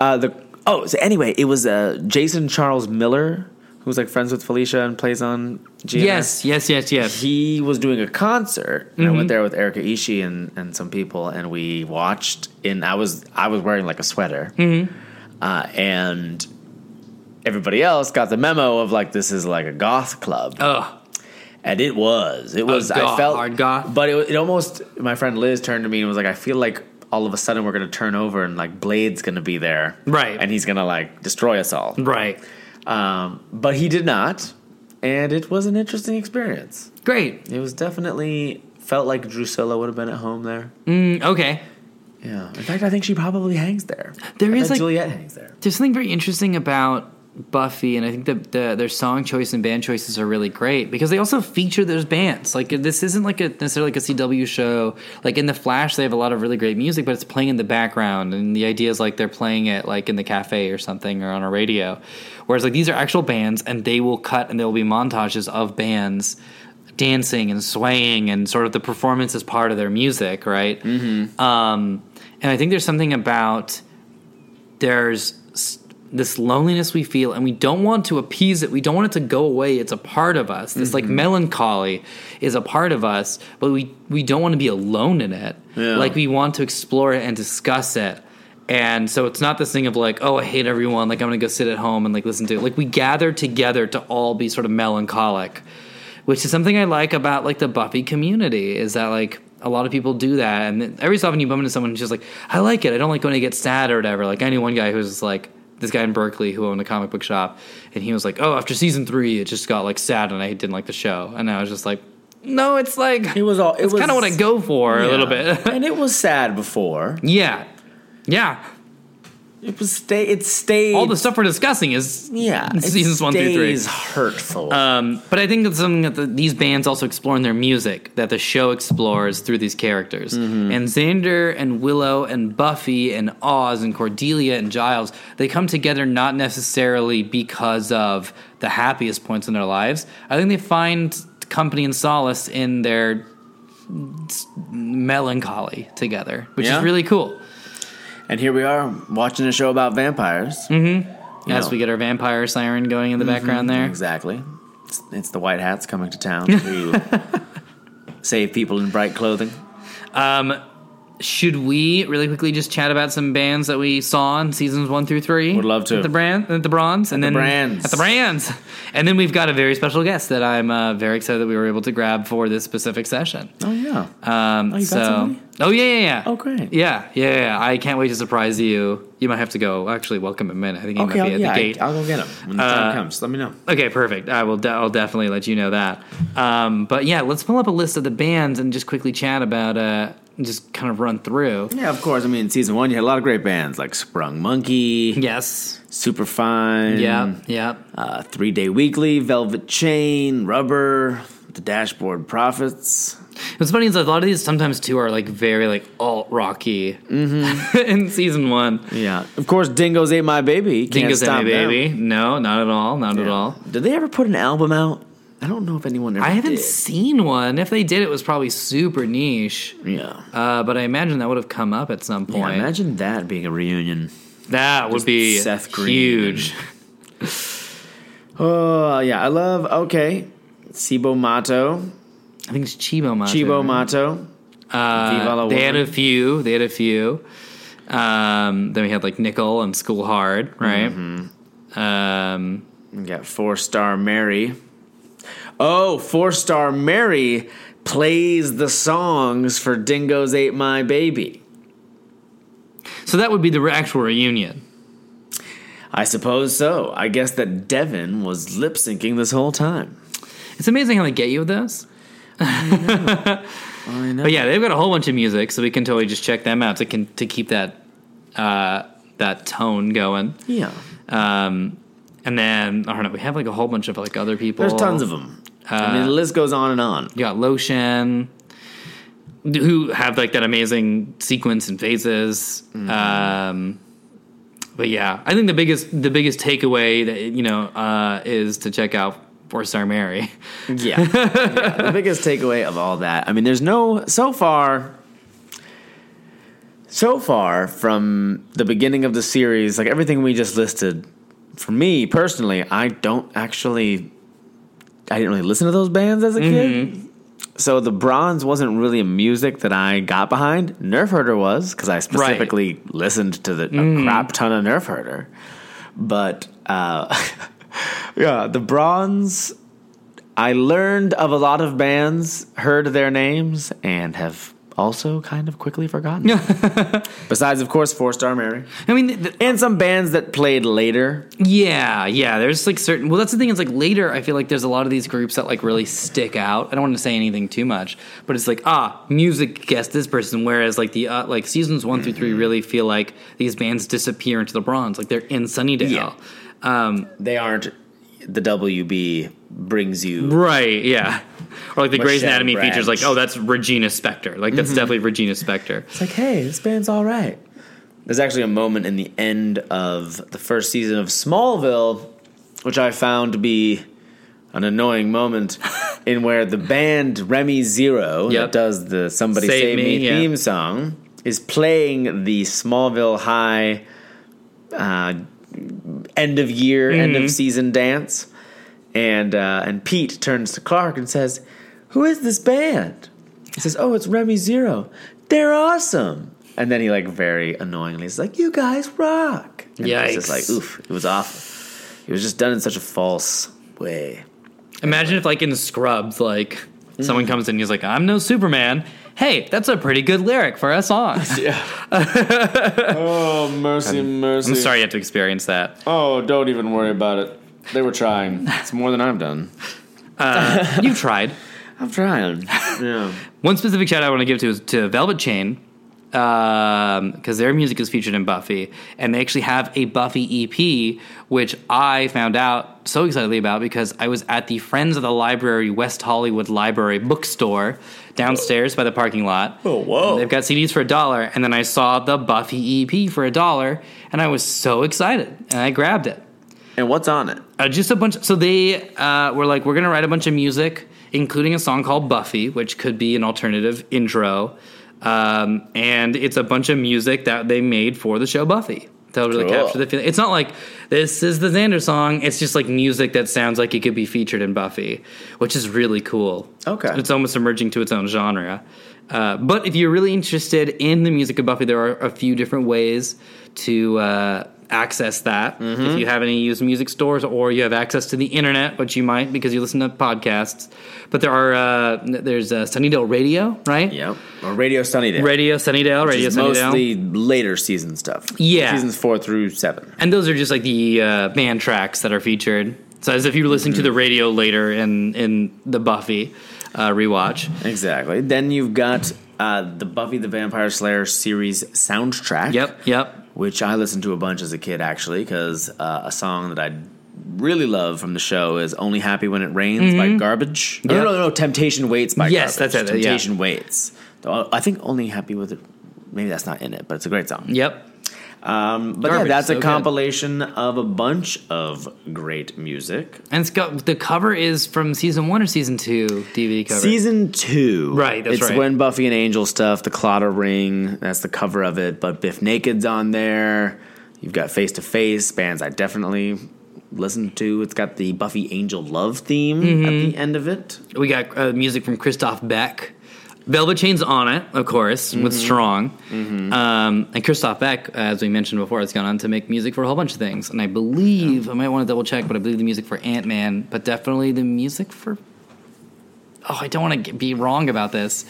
uh, the oh, so anyway, it was uh, Jason Charles Miller who's like friends with Felicia and plays on. GNS
yes, yes, yes, yes.
he was doing a concert and
Mm-hmm.
I went there with Erica Ishii and, and some people and we watched and I was I was wearing like a sweater
Mm-hmm.
uh, and everybody else got the memo of like this is like a goth club
Oh,
and it was it was I
goth,
felt
hard goth.
but it, was- it almost my friend Liz turned to me and was like I feel like all of a sudden we're gonna turn over and like Blade's gonna be there
Right.
and he's gonna like destroy us all
right.
um, but he did not and it was an interesting experience.
Great.
It was definitely felt like Drusilla would have been at home there.
Mm, okay.
Yeah. In fact, I think she probably hangs there.
There
There is
is, like-
Juliet hangs there.
there's something very interesting about Buffy, and I think that the, their song choice and band choices are really great because they also feature those bands. Like this isn't like a necessarily like a CW show. Like in the Flash, they have a lot of really great music, but it's playing in the background, and the idea is like they're playing it like in the cafe or something or on a radio. Whereas like these are actual bands, and they will cut and there will be montages of bands dancing and swaying and sort of the performance is part of their music, right? Mm-hmm. Um, and I think there's something about there's s- this loneliness we feel and we don't want to appease it we don't want it to go away it's a part of us this like melancholy is a part of us but we we don't want to be alone in it
Yeah.
like we want to explore it and discuss it And so it's not this thing of like, oh, I hate everyone. Like I'm gonna go sit at home and like listen to it. Like we gather together to all be sort of melancholic, which is something I like about like the Buffy community. Is that like a lot of people do that, and then every so often you bump into someone who's just like, I like it. I don't like when I get sad or whatever. Like I knew one guy who was just like this guy in Berkeley who owned a comic book shop, and he was like, oh, after season three, it just got like sad, and I didn't like the show, and I was just like. No, it's like
It was all. It
it's
was
kind of what I go for a little
Yeah.
bit.
and it was sad before.
yeah, yeah.
It was stay. It stayed.
All the stuff we're discussing is
yeah. it
seasons one through three.
stays hurtful.
Um, but I think it's something that the, these bands also explore in their music that the show explores through these characters.
Mm-hmm.
And Xander and Willow and Buffy and Oz and Cordelia and Giles, they come together not necessarily because of the happiest points in their lives. I think they find company and solace in their s- melancholy together, which
Yeah.
is really cool.
and here we are watching a show about vampires. Mm-hmm.
As we get our vampire siren going in the background there.
Exactly. It's, it's the white hats coming to town to save people in bright clothing.
Um, Should we really quickly just chat about some bands that we saw in seasons one through three?
Would love to.
At the brand, at the bronze, and then
Brands.
at the brands, and then we've got a very special guest that I'm uh, very excited that we were able to grab for this specific session.
Oh yeah.
Um,
Oh, you got
so,
somebody?
oh yeah, yeah, yeah.
Oh, great.
Yeah, yeah, yeah, yeah. I can't wait to surprise you. You might have to go. Actually, welcome him in. I think he
okay.
might be
I'll,
at
yeah,
the gate. Uh,
I, will go get them when the time comes. Let me know.
Okay, perfect. I will. De- I'll definitely let you know that. Um, but yeah, let's pull up a list of the bands and just quickly chat about. Uh, just kind of run through.
Yeah, of course. I mean, in season one, you had a lot of great bands like Sprung Monkey,
Yes.
Superfine,
Yeah. Yeah.
uh, Three Day Weekly, Velvet Chain, Rubber, The Dashboard Profits.
What's funny is a lot of these sometimes too are like very like alt rocky
Mm-hmm.
in season one.
Yeah, of course, Dingoes Ate My Baby. You Can't
Dingo's
stop
My
them.
Baby. No, not at all. Not at
Yeah.
all.
Did they ever put an album out? I don't know if anyone ever.
I haven't
did.
seen one. If they did, it was probably super niche.
Yeah.
Uh, but I imagine that would have come up at some
Yeah,
point.
imagine that being a reunion.
that would be
Seth Green
huge.
Oh yeah, I love. Okay, Sibo Mato,
I think it's Chibo Mato.
Chibo Mato. Viva la
Uh, they had
woman.
a few. They had a few. Um, then we had like Nickel and School Hard, right?
Mm-hmm.
Um,
We got four star Mary. Oh, four star Mary plays the songs for Dingoes Ate My Baby.
so that would be the re- actual reunion.
I suppose so. I guess that Devin was lip syncing this whole time.
It's amazing how they get you with those.
I know.
But yeah, they've got a whole bunch of music, so we can totally just check them out to can, to keep that uh, that tone going.
yeah.
Um, and then I don't know, we have like a whole bunch of like other people.
There's tons of them. I mean, the list goes on and on.
You got Lotion, who have like that amazing sequence and phases.
Mm-hmm.
Um, but yeah, I think the biggest the biggest takeaway that you know uh, is to check out Four Star Mary.
Yeah. Yeah, The biggest takeaway of all that, I mean, there's no, so far, so far from the beginning of the series, like everything we just listed, for me personally, I don't actually, I didn't really listen to those bands as a kid. So the bronze wasn't really music that I got behind. Nerf Herder was, because I specifically listened to the, a crap ton of Nerf Herder. But, uh, yeah, the bronze I learned of a lot of bands, heard their names, and have also kind of quickly forgotten. them. Besides, of course, Four Star Mary.
I mean, th- th-
And some bands that played later.
yeah, yeah. There's like certain. Well, that's the thing. Is like later, I feel like there's a lot of these groups that like really stick out. I don't want to say anything too much, but it's like ah, music guessed this person. Whereas like the uh, like seasons one through
Mm-hmm.
three really feel like these bands disappear into the bronze. Like they're in Sunnydale.
Yeah.
Um,
They aren't the WB brings you.
Right, yeah. Or like the Grey's
Michelle
Anatomy
Branch. Mm-hmm.
features, like, oh, that's Regina Spektor. Like, that's definitely Regina Spektor.
It's like, hey, this band's all right. There's actually a moment in the end of the first season of Smallville, which I found to be an annoying moment, in where the band Remy Zero
Yep.
that does the "Somebody Save,
Save
Me"
Me, yeah.
theme song is playing the Smallville High uh, end of year, end of season dance, and uh, and Pete turns to Clark and says, "Who is this band?" He says, "Oh, it's Remy Zero. They're awesome." And then he like very annoyingly is like, "You guys rock." And It's just
Yikes.
like, oof, it was awful. It was just done in such a false way.
Imagine if, like in Scrubs, like
Mm-hmm.
someone comes in and he's like, "I'm no Superman." Hey, that's a pretty good lyric for a song.
Yeah. oh mercy, mercy.
I'm sorry you have to experience that.
Oh, don't even worry about it. They were trying. It's more than I've done.
you tried.
I'm trying. Yeah.
One specific shout out I want to give to is to Velvet Chain because their music is featured in Buffy, and they actually have a Buffy EP, which I found out so excitedly about because I was at the Friends of the Library West Hollywood Library bookstore downstairs by the parking lot.
Oh, whoa.
And they've got CDs for a dollar, and then I saw the Buffy EP for a dollar, and I was so excited, and I grabbed it.
And what's on it?
Uh, just a bunch. So they uh, were like, we're going to write a bunch of music, including a song called Buffy, which could be an alternative intro. Um, and it's a bunch of music that they made for the show Buffy. To really
Cool.
capture the feeling. It's not like this is the Xander song. It's just like music that sounds like it could be featured in Buffy, which is really cool.
Okay.
It's almost emerging to its own genre. Uh, but if you're really interested in the music of Buffy, there are a few different ways to uh, access that.
Mm-hmm.
If you have any used music stores or you have access to the internet, which you might because you listen to podcasts. But there are uh, there's uh, Sunnydale Radio, right?
Yep. Or Radio Sunnydale.
Radio Sunnydale,
which
Radio
is
Sunnydale,
mostly later season stuff.
Yeah.
Seasons four through seven.
and those are just like the uh, band tracks that are featured. So as if you listen
Mm-hmm.
to the radio later in in the Buffy uh, rewatch.
Exactly. Then you've got uh, the Buffy the Vampire Slayer series soundtrack.
Yep, yep.
Which I listened to a bunch as a kid, actually, because uh, a song that I really love from the show is "Only Happy When It Rains" by Garbage. Oh, No,
Mm-hmm. Yep.
no, no, no, "Temptation Waits" by
Yes,
Garbage.
that's it, yeah.
Temptation Waits. Though I think "Only Happy with It." Maybe that's not in it, but it's a great song.
Yep.
Um, but
Garbage,
yeah, that's
so
a
good.
compilation of a bunch of great music.
And it's got the cover is from season one or season two DVD cover.
Season two,
Right, that's
it's
right.
when Buffy and Angel stuff, the Clotter Ring. That's the cover of it. But Biff Naked's on there. You've got Face to Face bands I definitely listen to. It's got the Buffy Angel love theme at
Mm-hmm.
the end of it.
we got uh, music from Christoph Beck. Velvet Chain's on it, of course, with
Mm-hmm.
Strong. Um, and Christoph Beck, as we mentioned before, has gone on to make music for a whole bunch of things. And I believe, I might want to double check, but I believe the music for Ant Man, but definitely the music for. Oh, I don't want to be wrong about this.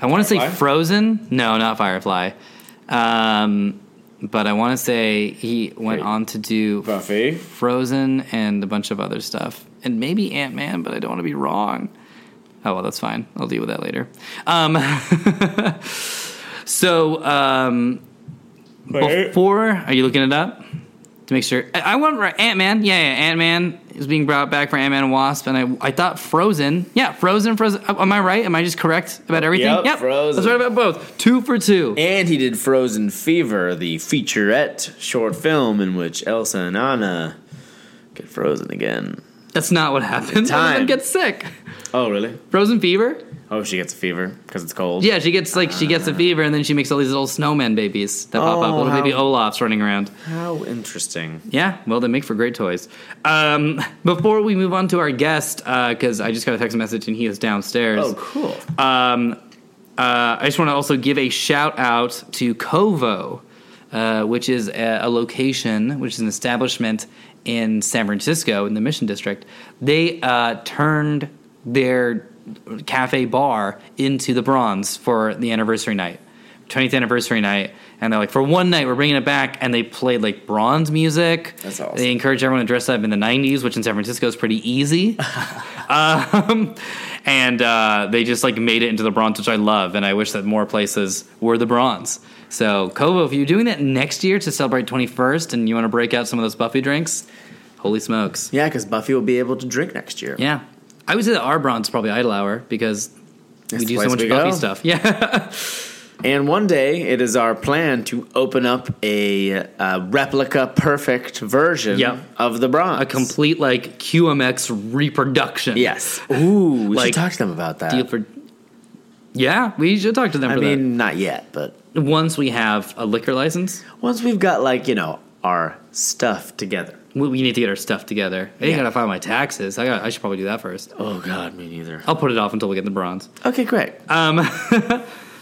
I want to say
Firefly?
Frozen. No, not Firefly. Um, but I want to say he went
Wait.
on to do
Buffy.
Frozen and a bunch of other stuff, and maybe Ant Man, but I don't want to be wrong. Oh well, that's fine. I'll deal with that later. Um, so um, before, are you looking it up to make sure? I, I want Ant Man. Yeah, yeah Ant Man is being brought back for Ant Man and Wasp, and I I thought Frozen. Yeah, Frozen. Frozen. Uh, Am I right? Am I just correct about everything?
Yep, Frozen.
That's right about both. Two for two.
And he did Frozen Fever, the featurette short film in which Elsa and Anna get frozen again.
That's not what happened.
Time.
Everyone gets sick.
Oh, really?
Frozen fever.
Oh, she gets a fever because it's cold.
Yeah, she gets like she gets a fever, and then she makes all these little snowman babies that pop up,
Ah. Oh,
little baby
how-
Olafs running around.
How interesting.
Yeah, well, they make for great toys. Um, before we move on to our guest, because I just got a text message and he is downstairs.
Oh, cool.
Uh, I just want to also give a shout out to Covo, uh, which is a, a location, which is an establishment in San Francisco in the Mission District. They uh, turned their cafe bar into the Bronze for the anniversary night, 20th anniversary night. And they're like, for one night, we're bringing it back. And they played like bronze music.
That's awesome.
They encouraged everyone to dress up in the 90s, which in San Francisco is pretty easy. um, and uh, they just like made it into the bronze, which I love, and I wish that more places were the bronze. So Kovo, if you're doing that next year to celebrate 21st, and you want to break out some of those Buffy drinks, holy smokes,
Yeah, because Buffy will be able to drink next year.
yeah. I would say that our bronze is probably Idle Hour because
That's
we
the
do so
place
much
we
Buffy
go.
stuff. Yeah,
And one day, it is our plan to open up a, uh replica perfect version
Yep.
of the Bronze.
a complete like QMX reproduction.
Yes. Ooh, we
Like,
should talk to them about that.
Deal for. Yeah, we should talk to them.
I
for
mean, not yet, but
that. once we have a liquor license,
once we've got, like, you know, our stuff together.
we, we need to get our stuff together. I
Yeah.
gotta file my taxes. I got. I should probably do that first.
Oh, God, me neither.
I'll put it off until we get the bronze.
Okay, great.
Um,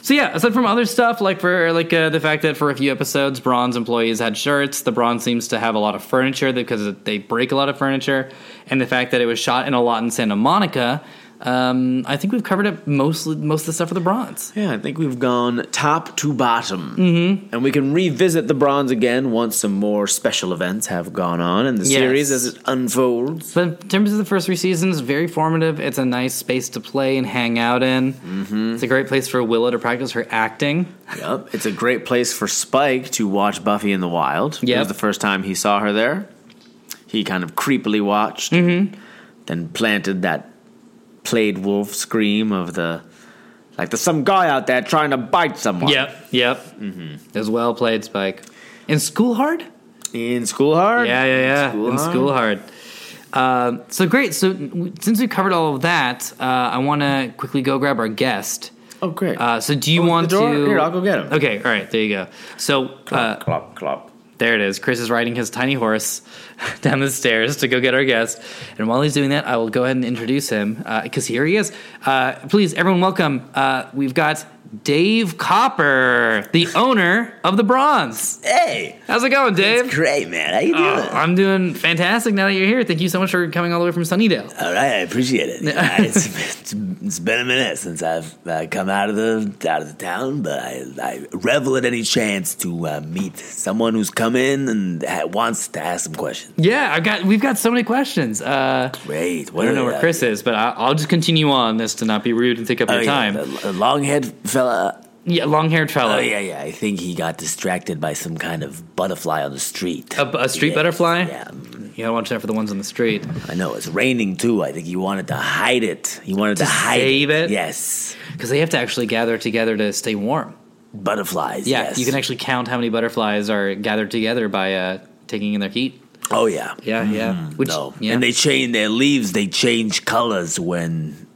So yeah, aside from other stuff, like for like uh, the fact that for a few episodes, bronze employees had shirts. The bronze seems to have a lot of furniture because they break a lot of furniture, and the fact that it was shot in a lot in Santa Monica. Um, I think we've covered up mostly most of the stuff for the bronze.
Yeah, I think we've gone top to bottom. Mm-hmm. And we can revisit the bronze again once some more special events have gone on in the
Yes.
series as it unfolds.
But in terms of the first three seasons, very formative. It's a nice space to play and hang out in. It's a great place for Willow to practice her acting.
yep. It's a great place for Spike to watch Buffy in the Wild. It
Yep.
was the first time he saw her there. He kind of creepily watched,
Mm-hmm.
and then planted that played wolf scream of the like there's some guy out there trying to bite someone.
Yep, yep. Mm-hmm. It was well played, Spike. And School Hard?
In school hard.
Yeah, yeah, yeah.
School
in
Hard.
School Hard. Uh, so great. So w- since we covered all of that, uh, I want to quickly go grab our guest.
Oh great.
Uh, so do you
Open the
want
door?
to?
Here, I'll go get him.
Okay, all right. There you go. So uh,
clop clop.
There it is. Chris is riding his tiny horse down the stairs to go get our guest. And while he's doing that, I will go ahead and introduce him because here he is. Uh, please, everyone, welcome. Uh, we've got Dave Copper, the owner of the Bronze.
Hey,
How's it going, Dave?
great man. How you doing?
Oh, I'm doing fantastic now that you're here. Thank you so much for coming all the way from Sunnydale.
All right, I appreciate it. Yeah, it's, it's, it's been a minute since I've uh, come out of the out of the town, but I, I revel at any chance to uh, meet someone who's come in and ha- wants to ask some questions.
Yeah, I've got we've got so many questions. Uh,
Great. What
I don't know
are
where
they?
Chris is, but I, I'll just continue on this to not be rude and take up
Oh,
your
yeah,
time. Uh,
the- the long-haired fella.
yeah, long-haired fellow,
Oh yeah, yeah. I think he got distracted by some kind of butterfly on the street.
a, a street
Yes,
butterfly.
Yeah,
You gotta watch out for the ones on the street.
I know. It's raining too. I think he wanted to hide it. He wanted to, hide
save it?
Yes,
because they have to actually gather together to stay warm.
butterflies.
Yeah,
yes.
you can actually count how many butterflies are gathered together by uh, taking in their heat.
Oh yeah. Mm-hmm.
Yeah, yeah. Which,
no.
yeah.
And they change their leaves. They change colors when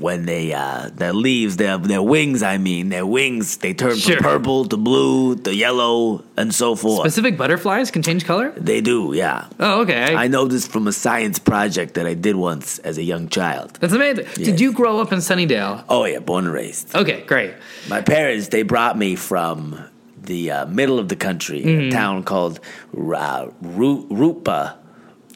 when they uh their leaves their their wings. I mean their wings. They turn
Sure.
from purple to blue to yellow and so forth.
specific butterflies can change color.
they do. Yeah.
Oh, okay.
I know this from a science project that I did once as a young child.
That's amazing. Did
Yes.
you grow up in Sunnydale?
Oh yeah, born and raised.
Okay, great.
My parents they brought me from the uh, middle of the country,
Mm-hmm.
a town called uh, Ru- Rupa,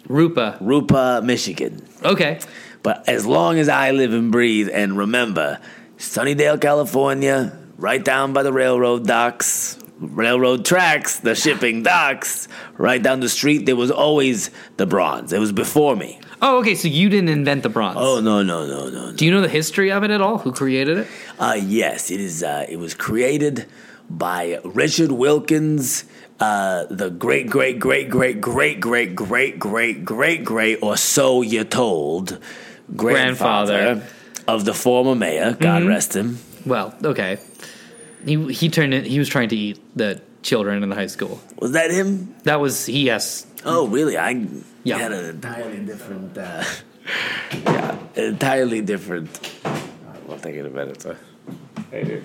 Rupa.
Rupa, Michigan.
Okay.
But as long as I live and breathe and remember, Sunnydale, California, right down by the railroad docks, railroad tracks, the shipping docks, right down the street, there was always the bronze. It was before me.
Oh, okay. So you didn't invent the bronze.
Oh, no, no, no, no, no.
Do you know the history of it at all? Who created it?
Uh, yes, it is. Uh, it was created by Richard Wilkins, uh, the great, great, great, great, great, great, great, great, great, great, or so you're told, grandfather, Mm-hmm.
Grandfather.
of the former mayor. God rest him.
Well, okay. He he turned it. He was trying to eat the children in the high school.
Was that him?
That was he. Yes.
Oh, really? I
Yeah.
had an entirely different. Uh, yeah, entirely different. We'll take it a minute. So.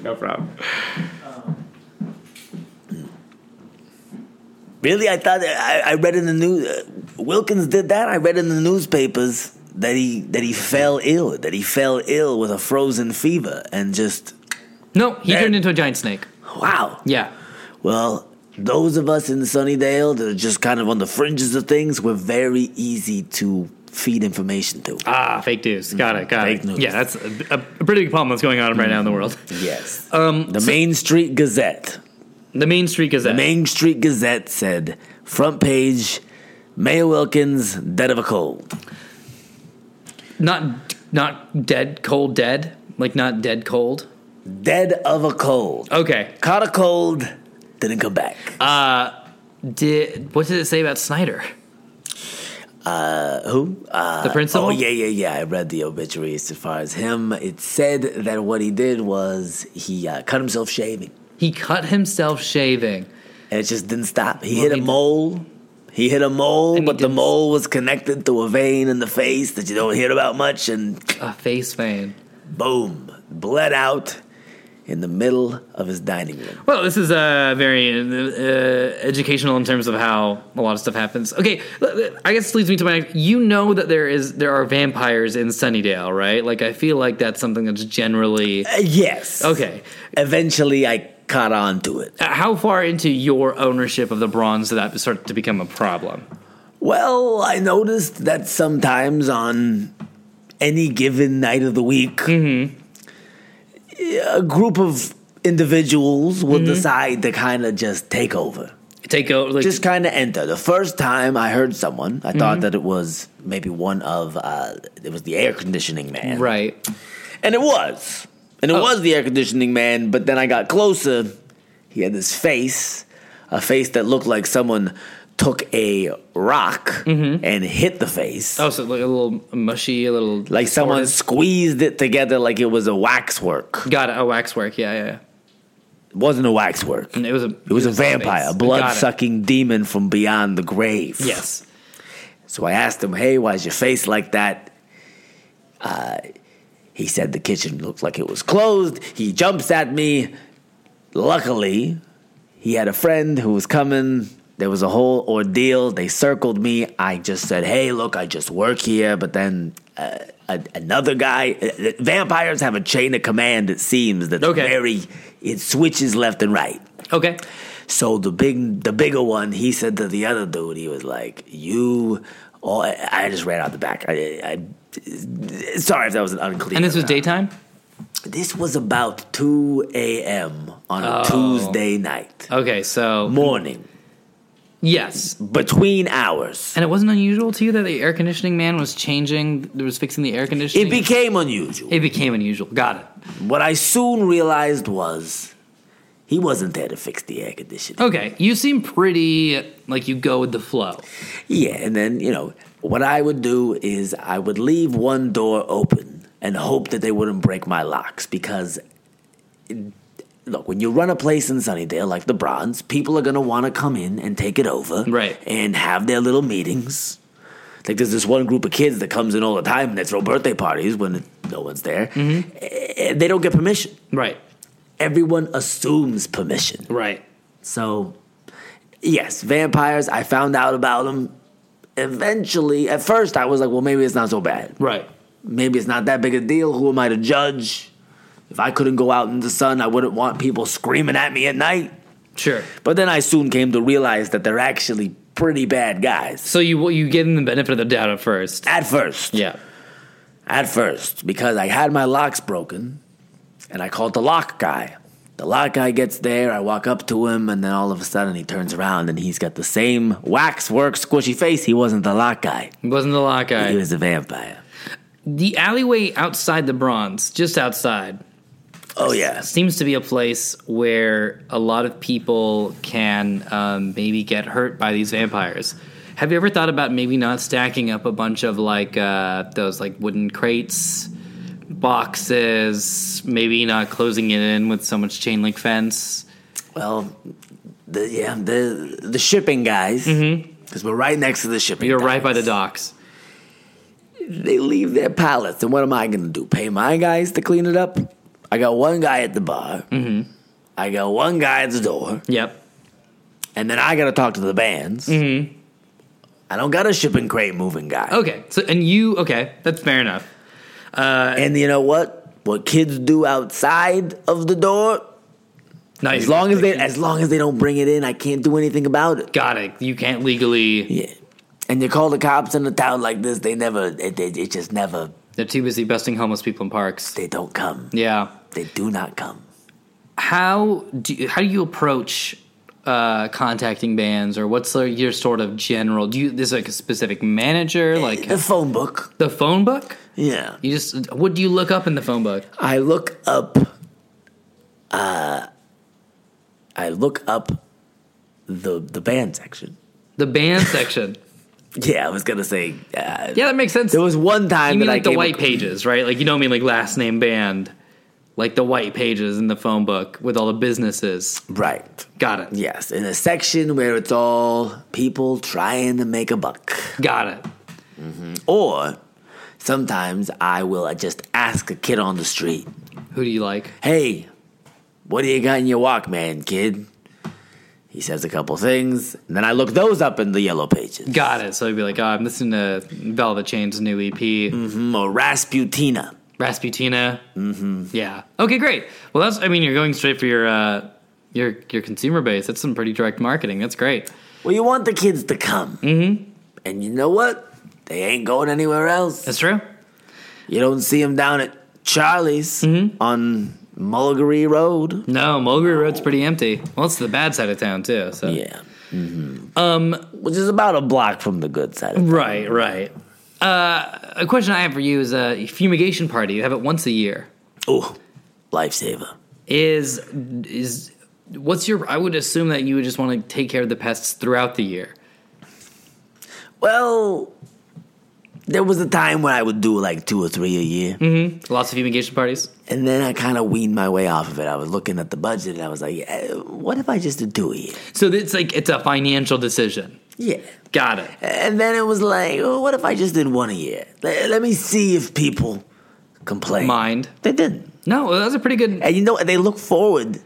No problem. Um, Really, I thought I, I read in the news. Uh, Wilkins did that. I read in the newspapers that he that he fell ill. That he fell ill with a frozen fever and just
No, he
That-
turned into a giant snake.
wow.
Yeah.
Well, those of us in Sunnydale that are just kind of on the fringes of things, we're very easy to feed information to.
Ah, fake news. Got it. Got
Fake
it.
news.
Yeah, that's a, a pretty big problem that's going on right now in the world.
Yes.
Um,
the Main Street Gazette.
The Main Street Gazette.
The Main Street Gazette said, front page, Mayor Wilkins, dead of a cold.
not not dead cold dead like not dead cold.
Dead of a cold.
Okay.
Caught a cold, didn't come back.
Did what did it say about Snyder?
Uh, who? Uh,
The principal?
Oh, yeah, yeah, yeah. I read the obituaries as far as him. It said that what he did was he uh, cut himself shaving.
He cut himself shaving.
and it just didn't stop. He
Well,
hit a
he-
mole. He hit a mole,
And he
but the
didn't-
mole was connected to a vein in the face that you don't hear about much, and
A face vein.
boom, bled out. in the middle of his dining room.
Well, this is uh, very uh, educational in terms of how a lot of stuff happens. Okay, I guess this leads me to my. You know that there is there are vampires in Sunnydale, right? Like I feel like that's something that's generally
Uh, yes.
okay.
Eventually, I caught on to it.
Uh, How far into your ownership of the bronze did that start to become a problem?
Well, I noticed that sometimes on any given night of the week,
Mm-hmm.
a group of individuals will
Mm-hmm.
decide to kind of just take over.
Take over, like,
Just kind of enter. The first time I heard someone, I thought
Mm-hmm.
that it was maybe one of uh, it was the air conditioning man,
right?
And it was, and it
Oh.
was the air conditioning man. But then I got closer. He had this face, a face that looked like someone took a rock and hit the face,
Mm-hmm. Oh, so like a little mushy, a little
like someone
distorted.
squeezed it together like it was a waxwork.
got it, a waxwork. Yeah, yeah, yeah.
It wasn't a waxwork.
And it was a
It was a vampire, a blood
sucking.
sucking demon from beyond the grave.
Yes.
So I asked him, "Hey, why's your face like that?" Uh, he said the kitchen looked like it was closed. He jumps at me. Luckily, he had a friend who was coming. There was a whole ordeal. They circled me. I just said, "Hey, look, I just work here." But then uh, a, another guy. uh, vampires have a chain of command. It seems that's
Okay.
very. It switches left and right.
Okay.
So the big, the bigger one, he said to the other dude, he was like, "You." Oh, I, I just ran out the back. I, I, sorry if that was an unclear.
And this was daytime?
This was about two a.m. on a
Oh.
Tuesday night
Okay, so
morning,
yes.
between hours.
And it wasn't unusual to you that the air conditioning man was changing, was fixing the air
It
conditioning?
became unusual.
It became unusual. Got it.
What I soon realized was he wasn't there to fix the air conditioning.
Okay, you seem pretty like you go with the flow.
Yeah, and then, you know, what I would do is I would leave one door open and hope that they wouldn't break my locks because look, when you run a place in Sunnydale like the Bronze, people are going to want to come in and take it over
Right.
and have their little meetings. Like there's this one group of kids that comes in all the time and they throw birthday parties when it, no one's there. Eh, They don't get permission.
Right.
Everyone assumes permission.
Right.
So, yes, vampires, I found out about them. Eventually, at first, I was like, well, maybe it's not so bad.
Right.
Maybe it's not that big a deal. Who am I to judge? If I couldn't go out in the sun, I wouldn't want people screaming at me at night.
Sure.
But then I soon came to realize that they're actually pretty bad guys.
So you you give them the benefit of the doubt at first.
At first.
Yeah.
At first, because I had my locks broken, and I called the lock guy. The lock guy gets there, I walk up to him, and then all of a sudden he turns around and he's got the same waxwork squishy face. He wasn't the lock guy,
It wasn't the lock
he
guy.
was a vampire.
The alleyway outside the bronze, just outside,
Oh, yeah.
seems to be a place where a lot of people can um, maybe get hurt by these vampires. Have you ever thought about maybe not stacking up a bunch of like uh, those like wooden crates, boxes, maybe not closing it in with so much chain link fence?
Well, the, yeah, the, the shipping guys, because we're right next to the shipping
Mm-hmm. You're right by the
guys.
docks.
They leave their pallets, and what am I going to do? Pay my guys to clean it up? I got one guy at the bar,
Mm-hmm.
I got one guy at the door.
Yep.
and then I gotta talk to the bands. I don't got a shipping crate moving guy.
Okay. So and you okay? That's fair enough.
And you know what? What kids do outside of the door,
Nice.
as long as they as long as they don't bring it in, I can't do anything about it.
got it. You can't legally.
Yeah. And you call the cops in a town like this, they never, it, they, it just never,
They're too busy busting homeless people in parks.
they don't come.
Yeah.
They do not come.
how do you, how do you approach uh, contacting bands or what's like your sort of general do you this like a specific manager like
Eh, The phone book.
the phone book
Yeah.
you just what do you look up in the phone book
I look up. Uh, I look up the the band section.
the band section
Yeah, I was gonna say. Uh,
yeah that makes sense
There was one time
you mean
that I
like the
came
white pages right like you know what I mean like last name band like the white pages in the phone book with all the businesses
Right.
got it
Yes, in a section where it's all people trying to make a buck.
got it
Or uh, sometimes I will just ask a kid on the street,
who do you like
hey, What do you got in your Walkman, kid? He says a couple things, and then I look those up in the yellow pages.
Got it. So he'd be like, oh, I'm listening to Velvet Chain's new E EP,
Mm, or Rasputina.
Rasputina. Mm-hmm. Yeah. Okay, great. Well, that's. I mean, you're going straight for your uh, your your consumer base. That's some pretty direct marketing. That's great.
Well, you want the kids to come. Mm-hmm. And you know what? They ain't going anywhere else.
That's true.
You don't see them down at Charlie's on Mulgary Road.
No, Mulgrew Road's pretty empty. Well, it's the bad side of town too. So
Yeah.
Um.
Which is about a block from the good side. Of
Right. Right. Uh, a question I have for you is a fumigation party. You have it once a year.
Ooh, lifesaver.
Is is what's your? I would assume that you would just want to take care of the pests throughout the year.
Well, there was a time when I would do like two or three a year.
Lots of fumigation parties.
And then I kind of weaned my way off of it. I was looking at the budget and I was like, eh, what if I just did two a year?
So it's like it's a financial decision.
Yeah.
Got it.
And then it was like, oh, what if I just did one a year? Let, let me see if people complain.
Mind.
They didn't.
No, that's a pretty good.
And you know, what? they look forward.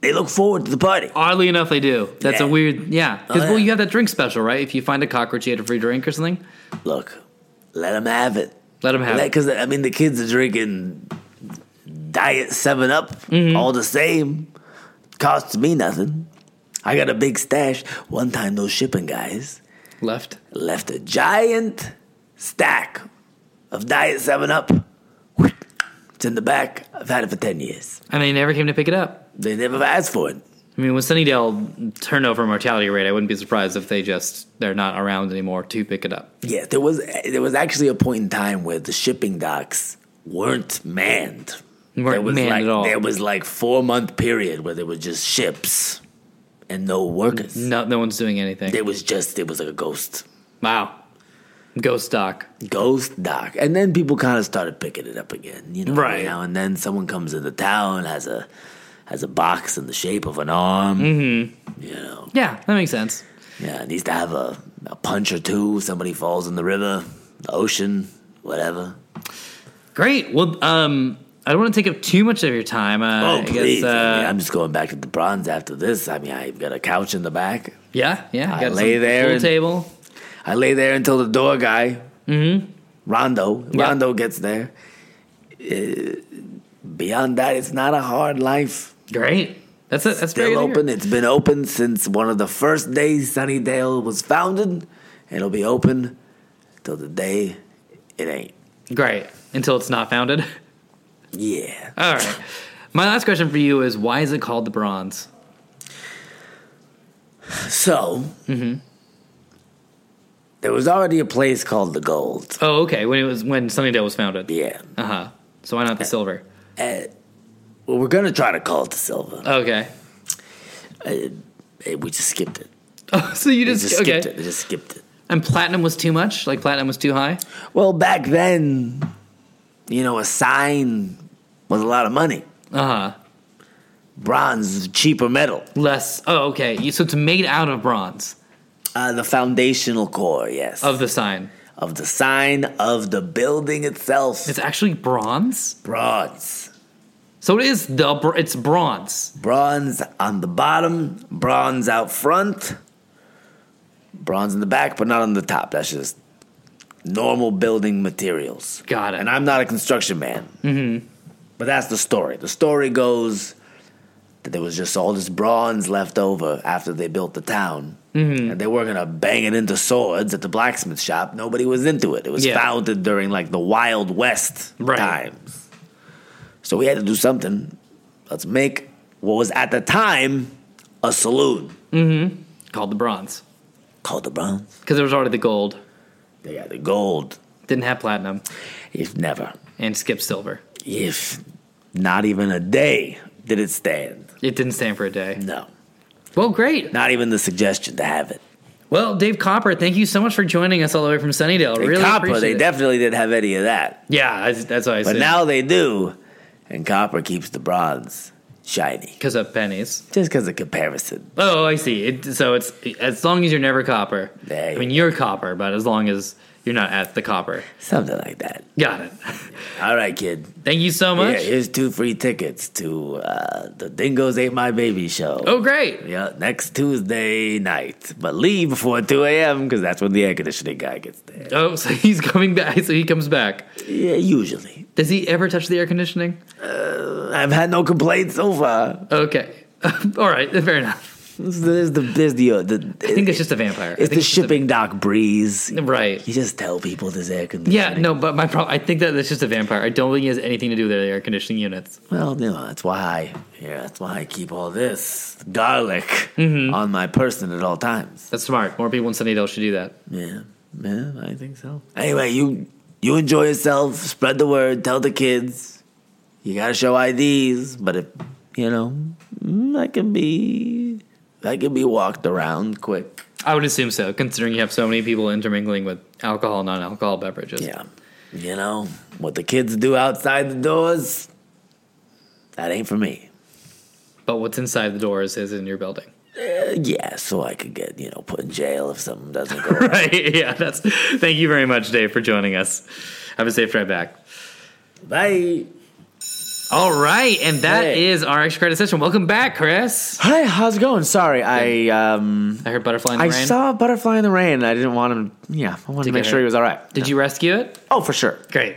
They look forward to the party.
Oddly enough, they do. That's a
Yeah.
weird, yeah. Because
Oh, yeah.
well, you have that drink special, right? If you find a cockroach, you get a free drink or something.
Look, let them have it.
Let them have it.
Because, I mean, the kids are drinking Diet 7 Up
Mm-hmm.
all the same. Costs me nothing. I got a big stash. One time, those shipping guys
Left.
left a giant stack of Diet 7 Up. It's in the back. I've had it for 10 years.
And they never came to pick it up.
They never asked for it.
I mean, with Sunnydale turnover mortality rate, I wouldn't be surprised if they just, they're not around anymore to pick it up.
Yeah, there was there was actually a point in time where the shipping docks weren't manned.
Weren't
there was
manned
like,
at all.
There was like four month period where there were just ships and no workers.
No, no one's doing anything.
There was just it was like a ghost
Wow. Ghost doc.
ghost dock, and then people kind of started picking it up again. You know, every
Right.
now and then someone comes into town has a has a box in the shape of an arm. Mm-hmm. You know,
Yeah, that makes sense.
yeah, it needs to have a, a punch or two. Somebody falls in the river, the ocean, whatever.
Great. Well, um, I don't want to take up too much of your time. Uh,
Oh,
I guess,
please. I
uh,
am just going back to the bronze after this. I mean, I've got a couch in the back.
yeah, yeah.
I
got
lay
some
there
pool
and-
table.
I lay there until the door guy,
Mm-hmm.
Rondo,
Yeah.
Rondo gets there. Uh, beyond that, it's not a hard life.
Great. That's it. That's very
Still
good to hear.
open. It's been open since one of the first days Sunnydale was founded. It'll be open till the day it ain't.
Great. Until it's not founded.
Yeah.
All right. My last question for you is why is it called the bronze?
So,
Mm-hmm.
there was already a place called the Gold.
Oh, okay. When it was when Sunnydale was founded.
Yeah.
Uh huh. So why not the silver?
Uh, well, we're gonna try to call it the silver.
Okay.
Uh, we just skipped it.
Oh, so you
We
just,
just
okay.
skipped it. We just skipped it.
And platinum was too much. Like platinum was too high.
Well, back then, you know, a sign was a lot of money.
Uh huh.
Bronze is cheaper metal.
Less. Oh, okay. You, so it's made out of bronze
Uh, the foundational core, yes,
of the sign.
of the sign of the building itself.
It's actually bronze.
bronze.
So it is the. br- It's bronze.
Bronze on the bottom, bronze out front, bronze in the back, but not on the top. That's just normal building materials.
Got it.
And I'm not a construction man. Mm-hmm. But that's the story. The story goes that there was just all this bronze left over after they built the town. Mm-hmm. And they were going to bang it into swords at the blacksmith shop. Nobody was into it. It was
Yeah.
founded during like the Wild West
Right.
times. So we had to do something. Let's make what was at the time a saloon
Called the bronze
called the Bronze.
because there was already the gold.
They got the gold.
Didn't have platinum
If never,
and skipped silver.
if not even a day did it stand.
It didn't stand for a day.
No,
Well, great.
not even the suggestion to have it.
Well, Dave Copper, thank you so much for joining us all the way from Sunnydale.
In
really
Copper,
appreciate
they
it.
definitely didn't have any of that.
yeah, I- that's what I
But
said.
now they do. And Copper keeps the bronze shiny.
because of pennies.
Just because of comparison.
Oh, I see. It, so it's as long as you're never copper.
There
I
you
mean, you're copper, but as long as You're not at the copper.
Something like that.
Got it.
All right, kid.
Thank you so much.
Yeah, here's two free tickets to uh, the Dingoes Ate My Baby show.
oh, great.
Yeah, next Tuesday night. But leave before 2 a.m. because that's when the air conditioning guy gets there.
Oh, so he's coming back. So he comes back.
Yeah, usually. Uh,
Does he ever touch the air conditioning?
I've had no complaints so far.
Okay. All right. Fair enough.
There's the, there's the, uh, the
I think it's just a vampire. I
it's
think
the
just a-
shipping dock breeze.
right.
You just tell people there's air conditioning.
Yeah, no, but my problem. I think that it's just a vampire. I don't think it has anything to do with the air conditioning units.
Well, you know, that's why. Yeah, that's why I keep all this garlic
Mm-hmm.
on my person at all times.
That's smart. More people in Sunnydale should do that.
Yeah, yeah, I think so. Anyway, you you enjoy yourself. Spread the word. Tell the kids. You gotta show IDs, but if you know, mm, I can be I can be walked around quick.
I would assume so, considering you have so many people intermingling with alcohol, non-alcohol beverages.
Yeah, you know what the kids do outside the doors. That ain't for me.
But what's inside the doors is in your building.
Yeah, so I could get, you know, put in jail if something doesn't go right.
Right. Yeah. That's. Thank you very much, Dave, for joining us. Have a safe drive back.
Bye.
All right, and that
Hey.
is our extra credit session. Welcome back, Chris.
Hi, how's it going? Sorry, I um
I heard butterfly in the
I
rain.
saw a butterfly in the rain. and I didn't want him. Yeah, I wanted to
Did
make
get
sure
hurt.
he was all right.
Did you rescue it?
Oh, for sure.
Great.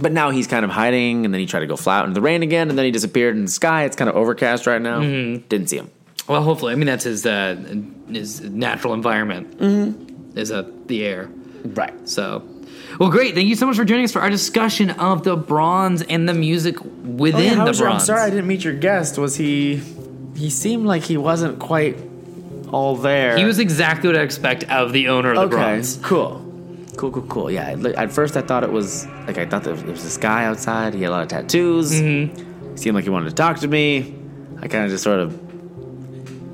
But now he's kind of hiding, and then he tried to go fly out into the rain again, and then he disappeared in the sky. It's kind of overcast right now.
Mm-hmm.
Didn't see him.
Well, hopefully. I mean, that's his uh, his natural environment. Is uh, the air.
Right.
So, well, great. Thank you so much for joining us for our discussion of the bronze and the music within
Oh, yeah, how
the
was your-
bronze.
I'm sorry I didn't meet your guest. Was he? He seemed like he wasn't quite all there.
He was exactly what I expect of the owner of the
okay.
bronze.
Cool. Cool, cool, cool. Yeah. I li- At first, I thought it was like I thought there was, there was this guy outside. He had a lot of tattoos. He seemed like he wanted to talk to me. I kind of just sort of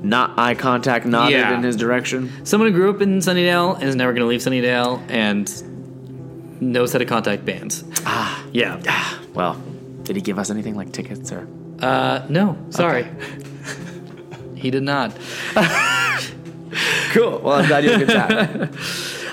not eye contact, nodded
Yeah.
in his direction.
Someone who grew up in Sunnydale and is never going to leave Sunnydale and knows how to contact bands. Ah, yeah.
Well, did he give us anything like tickets or?
Uh, no, sorry. he did not.
Cool. Well, I'm glad you had a good time.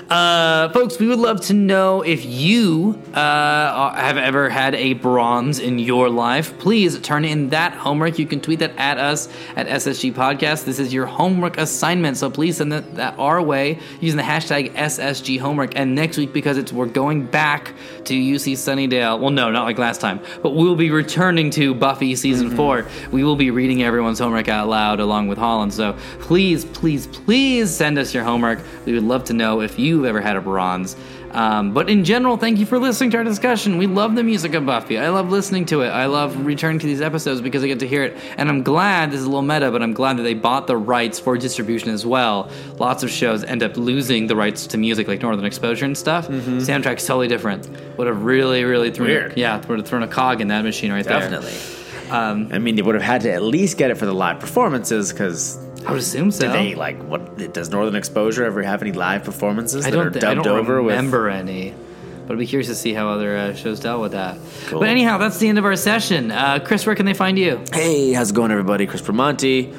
Uh, folks, we would love to know if you uh, are- have ever had a bronze in your life. Please turn in that homework. You can tweet that at us at SSG Podcast. This is your homework assignment, so please send that, that our way using the hashtag SSG Homework. And next week, because it's we're going back to UC Sunnydale. Well, no, not like last time, but we'll be returning to Buffy season four. We will be reading everyone's homework out loud along with Holland. So please, please, please send us your homework. We would love to know if you've ever had a bronze. Um, but in general, thank you for listening to our discussion. We love the music of Buffy. I love listening to it. I love returning to these episodes because I get to hear it. And I'm glad this is a little meta, but I'm glad that they bought the rights for distribution as well. Lots of shows end up losing the rights to music, like Northern Exposure and stuff. Soundtrack's totally different. Would have really, really thrown,
Mm-hmm. Weird.
yeah, would have thrown a cog in that machine right
Definitely. I mean, they would have had to at least get it for the live performances because
there. I would assume so.
they like what does Northern Exposure ever have any live performances
I
that are
don't, thi- I
dubbed
don't
over with?
remember any. But I'd be curious to see how other uh, shows dealt with that.
Cool.
But anyhow, that's the end of our session. Uh, Chris, where can they find you?
Hey, how's it going, everybody? Chris Permonti.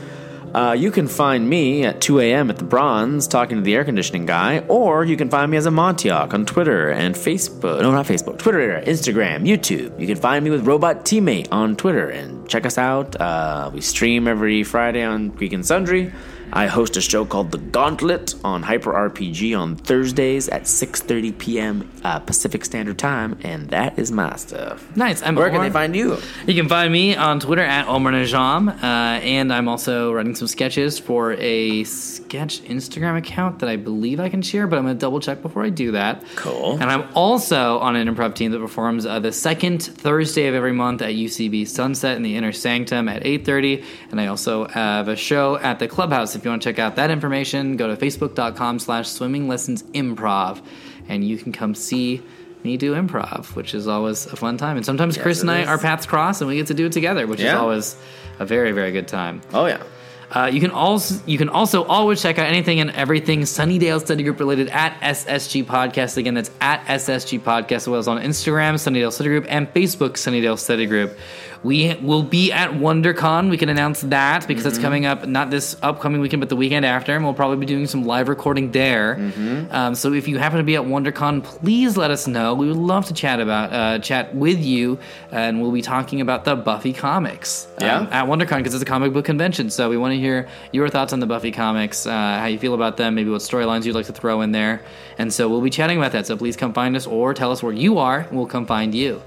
Uh, you can find me at 2 a.m. at the Bronze talking to the air conditioning guy, or you can find me as a Montioc on Twitter and Facebook. No, not Facebook. Twitter, Instagram, YouTube. You can find me with Robot Teammate on Twitter and check us out. Uh, we stream every Friday on Greek and Sundry. I host a show called The Gauntlet on Hyper RPG on Thursdays at 6:30 p.m. Uh, Pacific Standard Time, and that is my stuff.
Nice. I'm
Where can
Omar.
they find you?
You can find me on Twitter at Omar Najam, uh, and I'm also writing some sketches for a sketch Instagram account that I believe I can share, but I'm going to double check before I do that.
Cool.
And I'm also on an improv team that performs uh, the second Thursday of every month at UCB Sunset in the Inner Sanctum at 8:30, and I also have a show at the Clubhouse. If you want to check out that information, go to facebook.com/slash swimming lessons improv, and you can come see. Me do improv, which is always a fun time. And sometimes Chris
it
and I
is.
are paths cross and we get to do it together, which is
Yeah.
always a very very good time.
Oh yeah.
Uh, you can also you can also always check out anything and everything Sunnydale Study Group related at SSG Podcast. Again, that's at SSG Podcast as well as on Instagram Sunnydale Study Group and Facebook Sunnydale Study Group. We will be at WonderCon. We can announce that because it's coming up not this upcoming weekend, but the weekend after, and we'll probably be doing some live recording there. Um, so if you happen to be at WonderCon, please let us know. We would love to chat about uh, chat with you, and we'll be talking about the Buffy comics
Yeah.
um, at WonderCon because it's a comic book convention. So we want to hear your thoughts on the Buffy comics, uh, how you feel about them, maybe what storylines you'd like to throw in there, and so we'll be chatting about that. So please come find us or tell us where you are, and we'll come find you.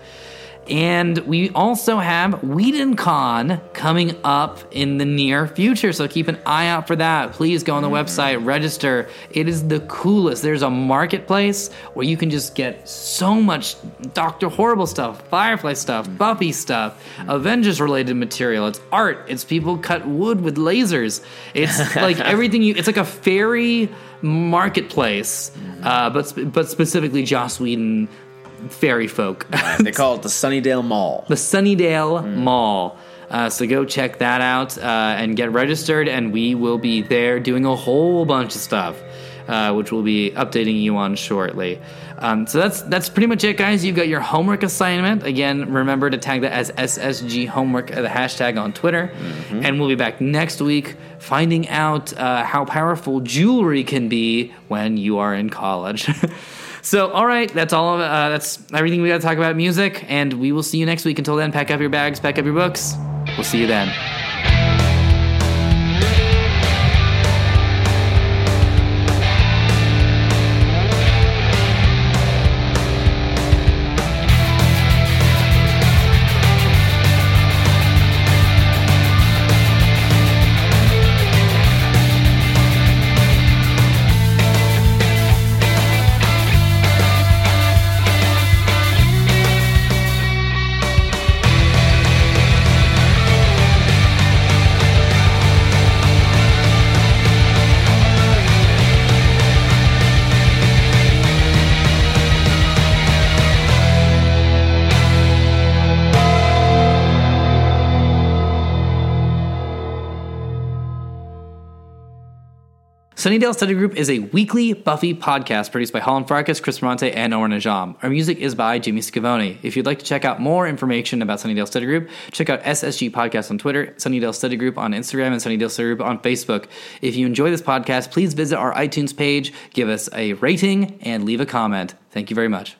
And we also have Whedon Con coming up in the near future. So keep an eye out for that. Please go on the website, register. It is the coolest. There's a marketplace where you can just get so much Dr. Horrible stuff, Firefly stuff, Buffy stuff, Avengers related material. It's art, it's people cut wood with lasers. It's like everything you, it's like a fairy marketplace, uh, but, sp- but specifically Joss Whedon fairy folk.
They call it the Sunnydale Mall.
the Sunnydale Mall. Uh, so go check that out uh, and get registered, and we will be there doing a whole bunch of stuff, uh, which we'll be updating you on shortly. Um, so that's that's pretty much it, guys. You've got your homework assignment. Again, remember to tag that as SSG homework, uh, the hashtag on Twitter, and we'll be back next week finding out uh, how powerful jewelry can be when you are in college. So, all right, that's all. Of, uh, that's everything we got to talk about music, and we will see you next week. Until then, pack up your bags, pack up your books. We'll see you then. Sunnydale Study Group is a weekly Buffy podcast produced by Holland Farkas, Chris Morante, and Oren Najam. Our music is by Jimmy Scavone. If you'd like to check out more information about Sunnydale Study Group, check out SSG Podcast on Twitter, Sunnydale Study Group on Instagram, and Sunnydale Study Group on Facebook. If you enjoy this podcast, please visit our iTunes page, give us a rating, and leave a comment. Thank you very much.